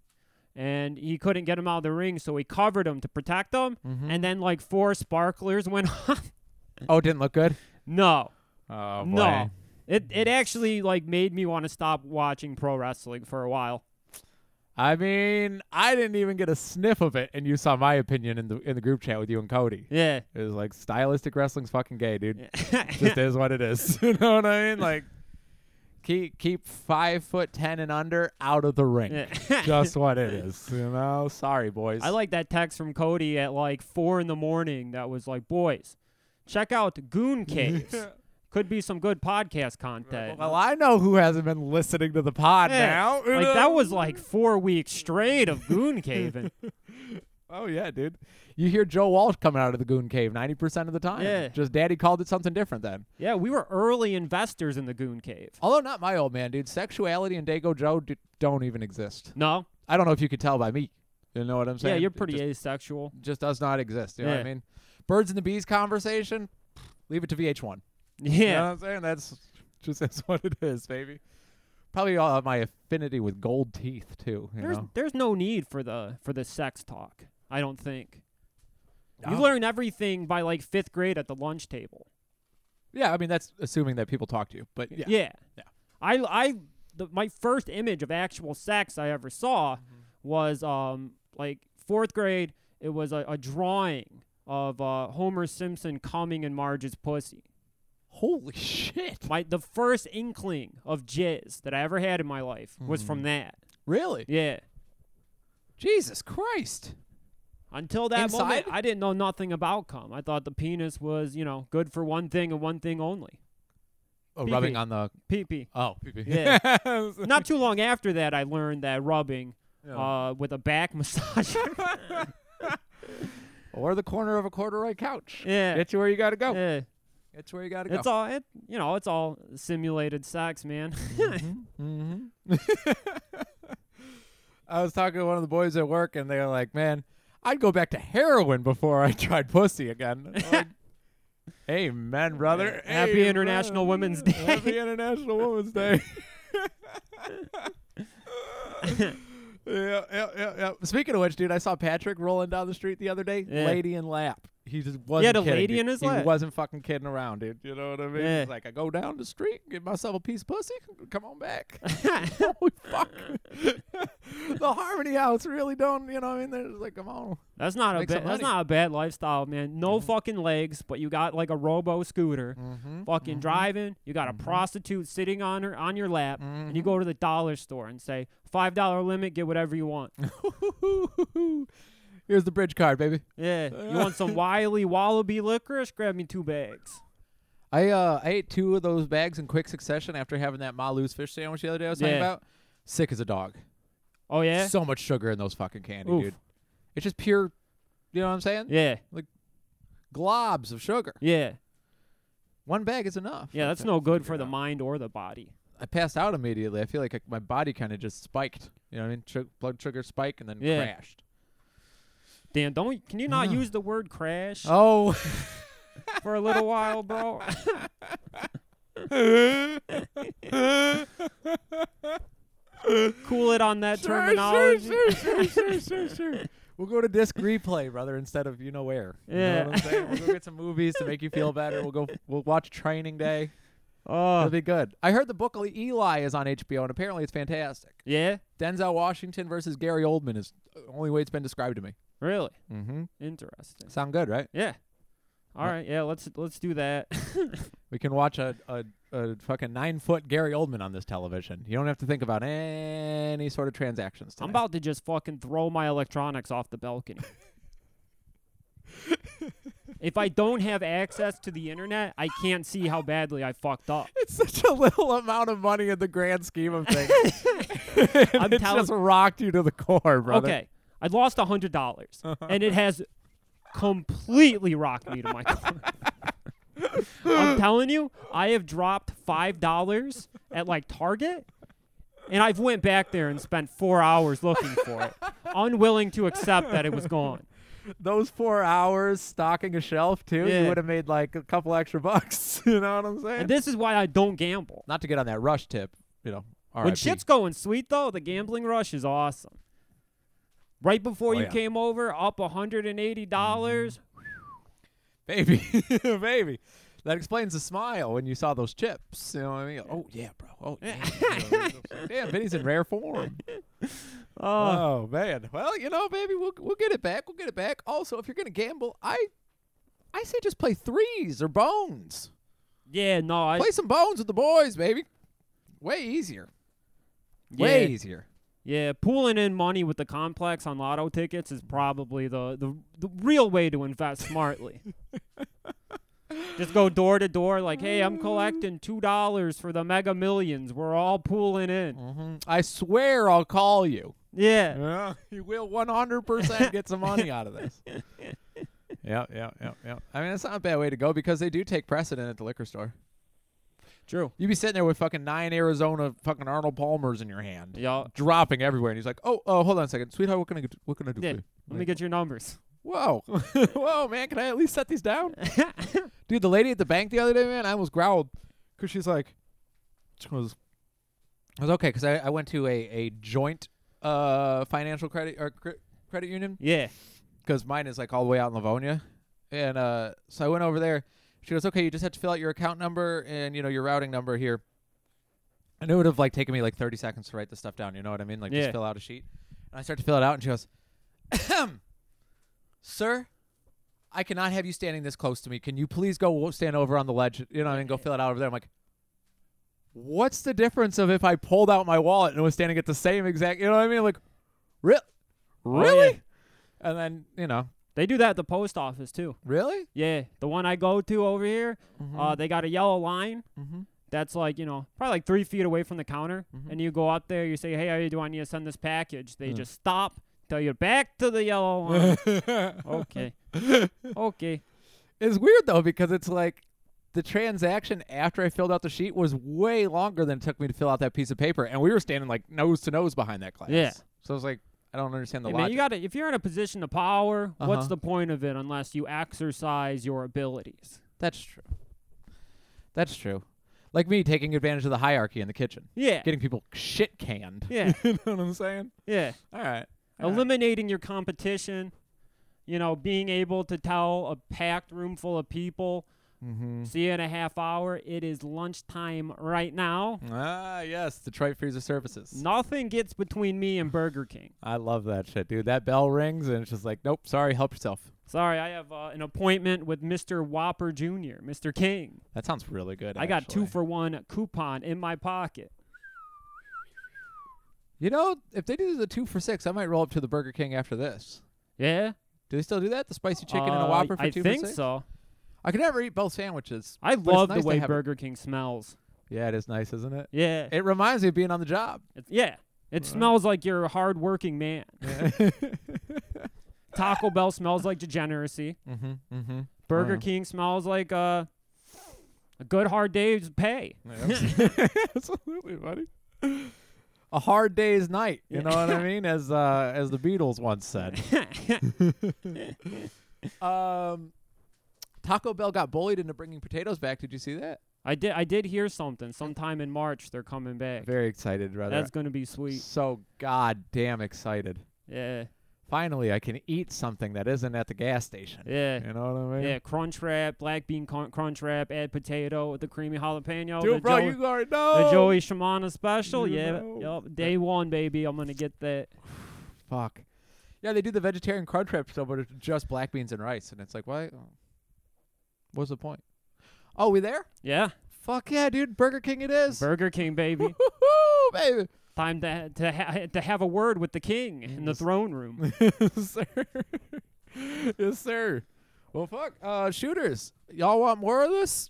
Speaker 2: And he couldn't get him out of the ring, so he covered him to protect him.
Speaker 3: Mhm.
Speaker 2: And then, like, four sparklers went off.
Speaker 3: Oh, it didn't look good.
Speaker 2: no.
Speaker 3: Oh
Speaker 2: No. It it actually like made me want to stop watching pro wrestling for a while.
Speaker 3: I mean, I didn't even get a sniff of it, and you saw my opinion in the in the group chat with you and Cody.
Speaker 2: Yeah.
Speaker 3: It was like stylistic wrestling's fucking gay, dude.
Speaker 2: yeah.
Speaker 3: Just is what it is. you know what I mean? Like, keep keep five foot ten and under out of the ring. Just what it is. You know? Sorry, boys.
Speaker 2: I like that text from Cody at like four in the morning that was like, boys, check out Goon Caves. Could be some good podcast content.
Speaker 3: Well, I know who hasn't been listening to the pod
Speaker 2: Yeah.
Speaker 3: now. you
Speaker 2: like that
Speaker 3: know?
Speaker 2: was like four weeks straight of Goon Caving.
Speaker 3: Oh yeah, dude. You hear Joe Walsh coming out of the Goon Cave ninety percent of the time.
Speaker 2: Yeah.
Speaker 3: Just Daddy called it something different then.
Speaker 2: yeah, we were early investors in the Goon Cave.
Speaker 3: Although not my old man, dude. Sexuality and Dago Joe d- don't even exist.
Speaker 2: No?
Speaker 3: I don't know if you could tell by me. You know what I'm saying?
Speaker 2: Yeah, you're
Speaker 3: It
Speaker 2: pretty
Speaker 3: Just,
Speaker 2: asexual.
Speaker 3: just does not exist. You know what I
Speaker 2: Yeah.
Speaker 3: mean? Birds and the bees conversation. Leave it to VH1. You know what
Speaker 2: Yeah.
Speaker 3: I'm saying? That's just that's what it is, baby. Probably uh, my affinity with gold teeth too. You
Speaker 2: There's
Speaker 3: know?
Speaker 2: there's no need for the for the sex talk, I don't think. You
Speaker 3: No.
Speaker 2: learn everything by like fifth grade at the lunch table.
Speaker 3: Yeah, I mean that's assuming that people talk to you, but yeah.
Speaker 2: Yeah.
Speaker 3: Yeah.
Speaker 2: I I the, my first image of actual sex I ever saw
Speaker 3: Mm-hmm.
Speaker 2: was um like fourth grade. It was a, a drawing of uh, Homer Simpson coming in Marge's pussy.
Speaker 3: Holy shit!
Speaker 2: My the first inkling of jizz that I ever had in my life was
Speaker 3: Mm.
Speaker 2: from that.
Speaker 3: Really?
Speaker 2: Yeah.
Speaker 3: Jesus Christ!
Speaker 2: Until that
Speaker 3: Inside?
Speaker 2: moment, I didn't know nothing about cum. I thought the penis was, you know, good for one thing and one thing only.
Speaker 3: Oh,
Speaker 2: Pee-pee.
Speaker 3: rubbing on the
Speaker 2: Pee pee.
Speaker 3: oh,
Speaker 2: Yeah. Not too long after that, I learned that rubbing
Speaker 3: Oh.
Speaker 2: uh, with a back massager.
Speaker 3: or the corner of a corduroy couch.
Speaker 2: yeah.
Speaker 3: It's where you gotta go.
Speaker 2: yeah.
Speaker 3: It's where you gotta
Speaker 2: It's all it you know, it's all simulated sex, man.
Speaker 3: Mm-hmm. I was talking to one of the boys at work, and they were like, "Man, I'd go back to heroin before I tried pussy again. Like, Amen, brother.
Speaker 2: Happy
Speaker 3: Amen.
Speaker 2: International Women's Day.
Speaker 3: Happy International Women's Day. yeah, yeah, yeah, yeah. Speaking of which, dude, I saw Patrick rolling down the street the other day,
Speaker 2: Yeah.
Speaker 3: lady in lap. He just wasn't.
Speaker 2: had a
Speaker 3: kidding,
Speaker 2: lady
Speaker 3: dude.
Speaker 2: in his
Speaker 3: he
Speaker 2: lap.
Speaker 3: wasn't fucking kidding around, dude. You know what I mean?
Speaker 2: Yeah.
Speaker 3: He's like, I go down the street, get myself a piece of pussy, come on back. Holy fuck! the Harmony House really don't. You know, what I mean, they're just like, come on.
Speaker 2: That's not a
Speaker 3: Make some
Speaker 2: bad. That's
Speaker 3: money.
Speaker 2: not a bad lifestyle, man. No fucking legs, but you got like a robo scooter,
Speaker 3: Mm-hmm.
Speaker 2: fucking driving. You got a prostitute sitting on her on your lap, and
Speaker 3: Mm-hmm.
Speaker 2: you go to the dollar store and say five dollar limit, get whatever you want.
Speaker 3: Here's the bridge card, baby.
Speaker 2: Yeah, you
Speaker 3: Uh.
Speaker 2: want some Wiley Wallaby licorice? Grab me two bags.
Speaker 3: I uh I ate two of those bags in quick succession after having that Malu's fish sandwich the other day I was talking
Speaker 2: Yeah.
Speaker 3: about. Sick as a dog.
Speaker 2: Oh yeah,
Speaker 3: So much sugar in those fucking candy,
Speaker 2: Oof.
Speaker 3: dude. It's just pure you know what I'm saying?
Speaker 2: yeah,
Speaker 3: Globs of sugar.
Speaker 2: yeah,
Speaker 3: One bag is enough.
Speaker 2: yeah.
Speaker 3: I
Speaker 2: That's
Speaker 3: think,
Speaker 2: no good
Speaker 3: figured
Speaker 2: for the
Speaker 3: out.
Speaker 2: mind or the body.
Speaker 3: I passed out immediately. I feel like I, my body kind of just spiked. You know what I mean? Su- blood sugar spike and then
Speaker 2: Yeah.
Speaker 3: crashed.
Speaker 2: Dan, don't can you not
Speaker 3: Yeah.
Speaker 2: use the word crash
Speaker 3: Oh.
Speaker 2: for a little while, bro? cool it on that terminology.
Speaker 3: Sure, sure, sure, sure, sure, sure. We'll go to disc replay, brother, instead of you know where. You
Speaker 2: Yeah.
Speaker 3: know what I'm saying? We'll go get some movies to make you feel better. We'll go. We'll watch Training Day. It'll
Speaker 2: Oh
Speaker 3: be good. I heard the book of Eli is on HBO, and apparently it's fantastic.
Speaker 2: yeah,
Speaker 3: Denzel Washington versus Gary Oldman is the only way it's been described to me.
Speaker 2: really
Speaker 3: Mm-hmm.
Speaker 2: interesting.
Speaker 3: Sound good, right?
Speaker 2: Yeah. All
Speaker 3: Yeah.
Speaker 2: right. Yeah. Let's let's do that.
Speaker 3: We can watch a a, a fucking nine foot Gary Oldman on this television. You don't have to think about any sort of transactions.
Speaker 2: I'm
Speaker 3: today.
Speaker 2: about to just fucking throw my electronics off the balcony. if I don't have access to the internet, I can't see how badly I fucked up.
Speaker 3: It's such a little amount of money in the grand scheme of things. And
Speaker 2: I'm
Speaker 3: it's
Speaker 2: telling-
Speaker 3: just rocked you to the core, brother.
Speaker 2: Okay. I lost a hundred dollars, and it has completely rocked me to my core. I'm telling you, I have dropped five dollars at like Target, and I've went back there and spent four hours looking for it, unwilling to accept that it was gone.
Speaker 3: Those four hours stocking a shelf too,
Speaker 2: Yeah.
Speaker 3: you would have made like a couple extra bucks. you know what I'm saying?
Speaker 2: And this is why I don't gamble.
Speaker 3: Not to get on that rush tip, you know.
Speaker 2: When shit's going sweet though, the gambling rush is awesome. Right before
Speaker 3: Oh,
Speaker 2: you
Speaker 3: yeah. Mm-hmm.
Speaker 2: came over, up $180. dollars
Speaker 3: baby, baby, that explains the smile when you saw those chips. You know what I mean? Oh yeah, bro. Oh yeah. Damn, Vinny's in rare form.
Speaker 2: Oh,
Speaker 3: Oh man. Well, you know, baby, we'll we'll get it back. We'll get it back. Also, if you're gonna gamble, I I say just play threes or bones.
Speaker 2: yeah, no, I
Speaker 3: Play some bones with the boys, baby. Way easier. Way
Speaker 2: yeah.
Speaker 3: easier.
Speaker 2: Yeah, pooling in money with the complex on lotto tickets is probably the the, the real way to invest smartly. Just go door to door, like, hey, I'm collecting two dollars for the Mega Millions. We're all pooling in.
Speaker 3: Mm-hmm. I swear I'll call you.
Speaker 2: Yeah,
Speaker 3: Uh, you will 100% get some money out of this. yeah, yeah, yeah, yeah. I mean, it's not a bad way to go because they do take precedent at the liquor store.
Speaker 2: true.
Speaker 3: You be sitting there with fucking nine Arizona fucking Arnold Palmers in your hand,
Speaker 2: Yeah,
Speaker 3: dropping everywhere, and he's like, "Oh, oh, hold on a second, sweetheart, what can I do- what can I do
Speaker 2: Yeah,
Speaker 3: for you?"
Speaker 2: let me get your numbers.
Speaker 3: Whoa, whoa, man! Can I at least set these down? Dude, the lady at the bank the other day, man, I almost growled because she's like, she was, I was okay because I, I went to a a joint uh financial credit or cre- credit union
Speaker 2: Yeah,
Speaker 3: because mine is like all the way out in Livonia, and uh so I went over there. She goes, okay, you just have to fill out your account number and you know your routing number here. And it would have like taken me like thirty seconds to write this stuff down. You know what I mean? Like
Speaker 2: Yeah.
Speaker 3: just fill out a sheet. And I start to fill it out, and she goes, Ahem. "Sir, I cannot have you standing this close to me. Can you please go wo- stand over on the ledge? You know, what I mean, go fill it out over there." I'm like, "What's the difference of if I pulled out my wallet and was standing at the same exact? You know what I mean? Like, re-
Speaker 2: Oh, yeah.
Speaker 3: really? And then you know,
Speaker 2: they do that at the post office too.
Speaker 3: really?
Speaker 2: Yeah, the one I go to over here,
Speaker 3: Mm-hmm.
Speaker 2: uh, they got a yellow line
Speaker 3: Mhm.
Speaker 2: that's like you know probably like three feet away from the counter,
Speaker 3: Mm-hmm.
Speaker 2: and you go out there, you say, "Hey, how you doing? I need to send this package." They just stop, tell you back to the yellow line. okay, okay,
Speaker 3: It's weird though because it's like the transaction after I filled out the sheet was way longer than it took me to fill out that piece of paper, and we were standing like nose to nose behind that class.
Speaker 2: Yeah.
Speaker 3: So I was like, I don't understand the
Speaker 2: Hey,
Speaker 3: logic.
Speaker 2: man, you gotta if you're in a position of power,
Speaker 3: Uh-huh.
Speaker 2: what's the point of it unless you exercise your abilities?
Speaker 3: That's true. That's true. Like me taking advantage of the hierarchy in the kitchen,
Speaker 2: Yeah.
Speaker 3: getting people shit canned.
Speaker 2: Yeah.
Speaker 3: you know what I'm saying?
Speaker 2: Yeah.
Speaker 3: All right. all right.
Speaker 2: Eliminating your competition, you know, being able to tell a packed room full of people,
Speaker 3: Mm-hmm.
Speaker 2: see you in a half hour, it is lunchtime right now.
Speaker 3: Ah, yes, Detroit Freezer Services.
Speaker 2: Nothing gets between me and Burger King.
Speaker 3: I love that shit, dude. That bell rings and it's just like, nope, sorry, help yourself.
Speaker 2: Sorry, I have uh, an appointment with Mr. Whopper Jr., Mr. King.
Speaker 3: That sounds really good.
Speaker 2: I got two
Speaker 3: actually.
Speaker 2: for one coupon in my pocket.
Speaker 3: You know, if they do the two for six, I might roll up to the Burger King after this.
Speaker 2: Yeah?
Speaker 3: Do they still do that? The spicy chicken and a
Speaker 2: Uh,
Speaker 3: Whopper for
Speaker 2: I
Speaker 3: two
Speaker 2: think
Speaker 3: for six?
Speaker 2: so.
Speaker 3: I could never eat both sandwiches.
Speaker 2: I
Speaker 3: but it's
Speaker 2: love
Speaker 3: nice
Speaker 2: the
Speaker 3: to
Speaker 2: way
Speaker 3: have it.
Speaker 2: Burger King smells.
Speaker 3: Yeah, it is nice, isn't it?
Speaker 2: Yeah.
Speaker 3: It reminds me of being on the job.
Speaker 2: It's- yeah. It smells like you're a hardworking man. Taco Bell smells like degeneracy.
Speaker 3: Mm-hmm. Mm-hmm.
Speaker 2: Burger
Speaker 3: Mm.
Speaker 2: King smells like uh, a good hard day's pay.
Speaker 3: Absolutely, buddy. A hard day's night. You
Speaker 2: Yeah.
Speaker 3: know what I mean? As uh, as the Beatles once said. Um, Taco Bell got bullied into bringing potatoes back. Did you see that?
Speaker 2: I did. I did hear something. Sometime in March, they're coming back.
Speaker 3: Very excited, brother.
Speaker 2: That's gonna be sweet.
Speaker 3: so goddamn excited.
Speaker 2: Yeah,
Speaker 3: Finally, I can eat something that isn't at the gas station.
Speaker 2: yeah,
Speaker 3: You know what I mean?
Speaker 2: yeah. Crunch wrap, black bean con- crunch wrap, add potato with the creamy jalapeno. Oh, the
Speaker 3: Dude, bro,
Speaker 2: Joey,
Speaker 3: you already
Speaker 2: the
Speaker 3: know.
Speaker 2: Joey Shimano special.
Speaker 3: You
Speaker 2: yeah,
Speaker 3: know.
Speaker 2: yup, day one, baby. I'm gonna get that.
Speaker 3: Fuck. Yeah, they do the vegetarian crunch wrap stuff, but it's just black beans and rice, and it's like, why? uh, What's the point? Oh, we there?
Speaker 2: Yeah,
Speaker 3: Fuck yeah, dude! Burger King, it is.
Speaker 2: Burger King, baby.
Speaker 3: Woo-hoo, baby.
Speaker 2: Time to to ha- to have a word with the king in the
Speaker 3: Yes.
Speaker 2: throne room.
Speaker 3: yes, sir. yes, sir. Well, fuck. Uh, shooters, y'all want more of this?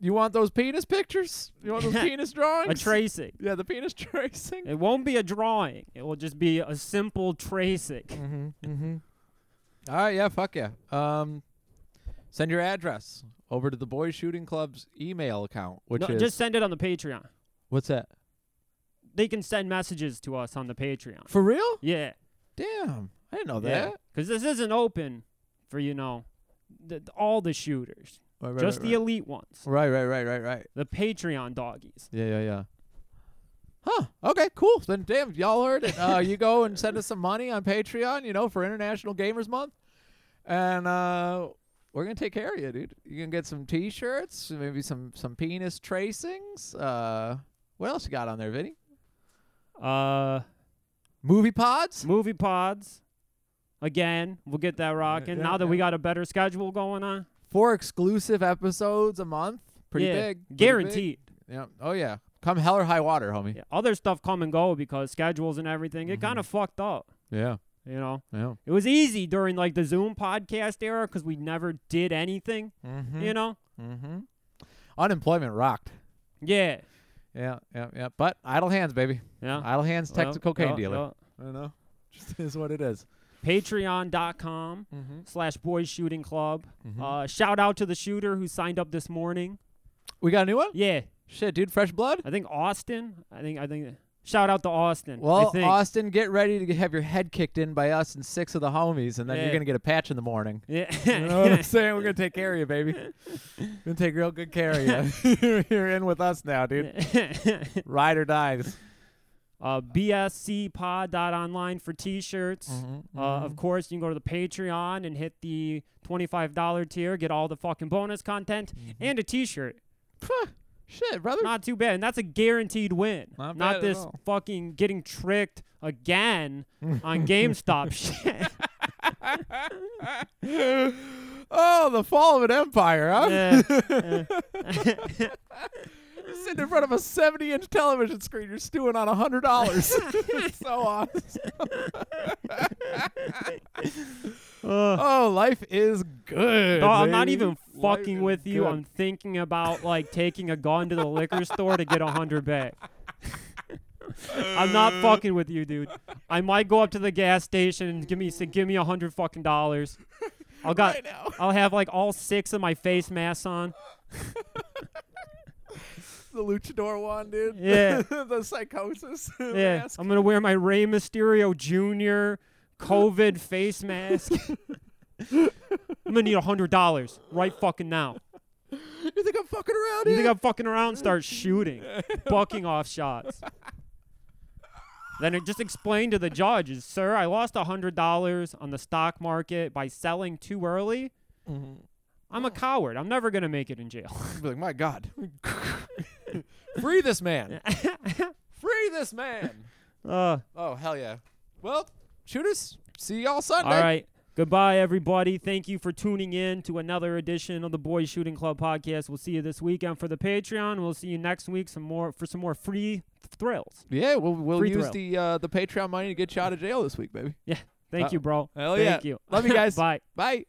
Speaker 3: You want those penis pictures? You want those penis
Speaker 2: a
Speaker 3: drawings?
Speaker 2: tracing.
Speaker 3: Yeah, the penis tracing.
Speaker 2: It won't be a drawing. It will just be a simple tracing.
Speaker 3: Mm-hmm. Mm-hmm. All right. Yeah. Fuck yeah. Um, send your address over to the Boys Shooting Club's email account, which
Speaker 2: No,
Speaker 3: is
Speaker 2: just send it on the Patreon.
Speaker 3: what's that?
Speaker 2: They can send messages to us on the Patreon.
Speaker 3: For real?
Speaker 2: Yeah.
Speaker 3: Damn. I didn't know
Speaker 2: yeah.
Speaker 3: Oh, that.
Speaker 2: Because this isn't open for, you know, th- all the shooters,
Speaker 3: Right, right,
Speaker 2: just
Speaker 3: right,
Speaker 2: the elite ones,
Speaker 3: right. right. Right. Right. Right. Right.
Speaker 2: the Patreon doggies.
Speaker 3: Yeah, yeah, yeah. Huh. Okay, cool. Then damn, y'all heard it. Uh, you go and send us some money on Patreon, you know, for International Gamers Month. And uh we're gonna take care of you, dude. You can get some t shirts, maybe some some penis tracings. Uh what else you got on there, Vinny?
Speaker 2: Uh,
Speaker 3: Movie pods?
Speaker 2: movie pods. Again, we'll get that rocking.
Speaker 3: yeah,
Speaker 2: now that we
Speaker 3: yeah.
Speaker 2: got a better schedule going on,
Speaker 3: Four exclusive episodes a month. Pretty
Speaker 2: yeah,
Speaker 3: big. pretty big.
Speaker 2: guaranteed.
Speaker 3: Yeah. Oh yeah. Come hell or high water, homie.
Speaker 2: Yeah, other stuff come and go because schedules and everything. It kind of
Speaker 3: Mm-hmm.
Speaker 2: fucked up,
Speaker 3: Yeah.
Speaker 2: you know.
Speaker 3: Yeah.
Speaker 2: It was easy during like the Zoom podcast era because we never did anything,
Speaker 3: Mm-hmm.
Speaker 2: you know?
Speaker 3: mm-hmm. Unemployment rocked.
Speaker 2: Yeah.
Speaker 3: Yeah, yeah, yeah. But idle hands, baby.
Speaker 2: Yeah.
Speaker 3: Idle hands,
Speaker 2: Well,
Speaker 3: Texas cocaine
Speaker 2: well,
Speaker 3: dealer.
Speaker 2: well.
Speaker 3: I don't know. Just is what it is.
Speaker 2: Patreon.com
Speaker 3: Mm-hmm.
Speaker 2: slash boys shooting club. Uh, shout out to the shooter who signed up this morning.
Speaker 3: we got a new one.
Speaker 2: Yeah.
Speaker 3: Shit, dude, fresh blood.
Speaker 2: I think Austin. I think, I think, shout out to Austin. I
Speaker 3: Well,
Speaker 2: think.
Speaker 3: Austin, get ready to g- have your head kicked in by us and six of the homies, and then
Speaker 2: Yeah.
Speaker 3: you're gonna get a patch in the morning.
Speaker 2: Yeah.
Speaker 3: You know what I'm saying? We're gonna take care of you, baby. We're gonna take real good care of you. you're in with us now, dude. Ride or dies.
Speaker 2: uh, bscpod.online for t shirts.
Speaker 3: Mm-hmm.
Speaker 2: Uh, of course, you can go to the Patreon and hit the $25 tier, get all the fucking bonus content
Speaker 3: Mm-hmm.
Speaker 2: and a t shirt.
Speaker 3: Phew. Shit, brother.
Speaker 2: Not too bad. And that's a guaranteed win.
Speaker 3: Not bad at
Speaker 2: this
Speaker 3: all.
Speaker 2: fucking getting tricked again on GameStop shit.
Speaker 3: oh, the fall of an empire, huh?
Speaker 2: Yeah.
Speaker 3: sitting in front of a 70 inch television screen, you're stewing on $100. so awesome.
Speaker 2: Ugh.
Speaker 3: Oh, life is good.
Speaker 2: No, I'm not
Speaker 3: baby.
Speaker 2: even
Speaker 3: Life
Speaker 2: fucking
Speaker 3: is
Speaker 2: with you.
Speaker 3: good.
Speaker 2: I'm thinking about like taking a gun to the liquor store to get a hundred back. I'm not fucking with you, dude. I might go up to the gas station and give me say, give me a hundred fucking dollars. I'll got
Speaker 3: Right now.
Speaker 2: I'll have like all six of my face masks on.
Speaker 3: the luchador one, dude.
Speaker 2: Yeah.
Speaker 3: the psychosis
Speaker 2: Yeah,
Speaker 3: mask.
Speaker 2: I'm gonna wear my Rey Mysterio Jr. COVID face mask. I'm gonna need a hundred dollars right fucking now.
Speaker 3: You think I'm fucking around
Speaker 2: You
Speaker 3: here?
Speaker 2: think I'm fucking around? Start shooting, bucking off shots. Then it just explained to the judges, sir, I lost a hundred dollars on the stock market by selling too early. I'm a coward. I'm never gonna make it in jail.
Speaker 3: Be like, my God, free this man, free this man.
Speaker 2: uh,
Speaker 3: Oh hell yeah. Well, shooters, see y'all Sunday.
Speaker 2: All right. Goodbye, everybody. Thank you for tuning in to another edition of the Boys Shooting Club podcast. We'll see you this weekend for the Patreon. We'll see you next week some more for some more free th- thrills.
Speaker 3: Yeah, we'll we'll
Speaker 2: Free
Speaker 3: use
Speaker 2: throw.
Speaker 3: the uh, the Patreon money to get you out of jail this week, baby.
Speaker 2: Thank
Speaker 3: Uh,
Speaker 2: you, bro.
Speaker 3: hell
Speaker 2: Thank
Speaker 3: yeah.
Speaker 2: you.
Speaker 3: Love you guys.
Speaker 2: Bye.
Speaker 3: Bye.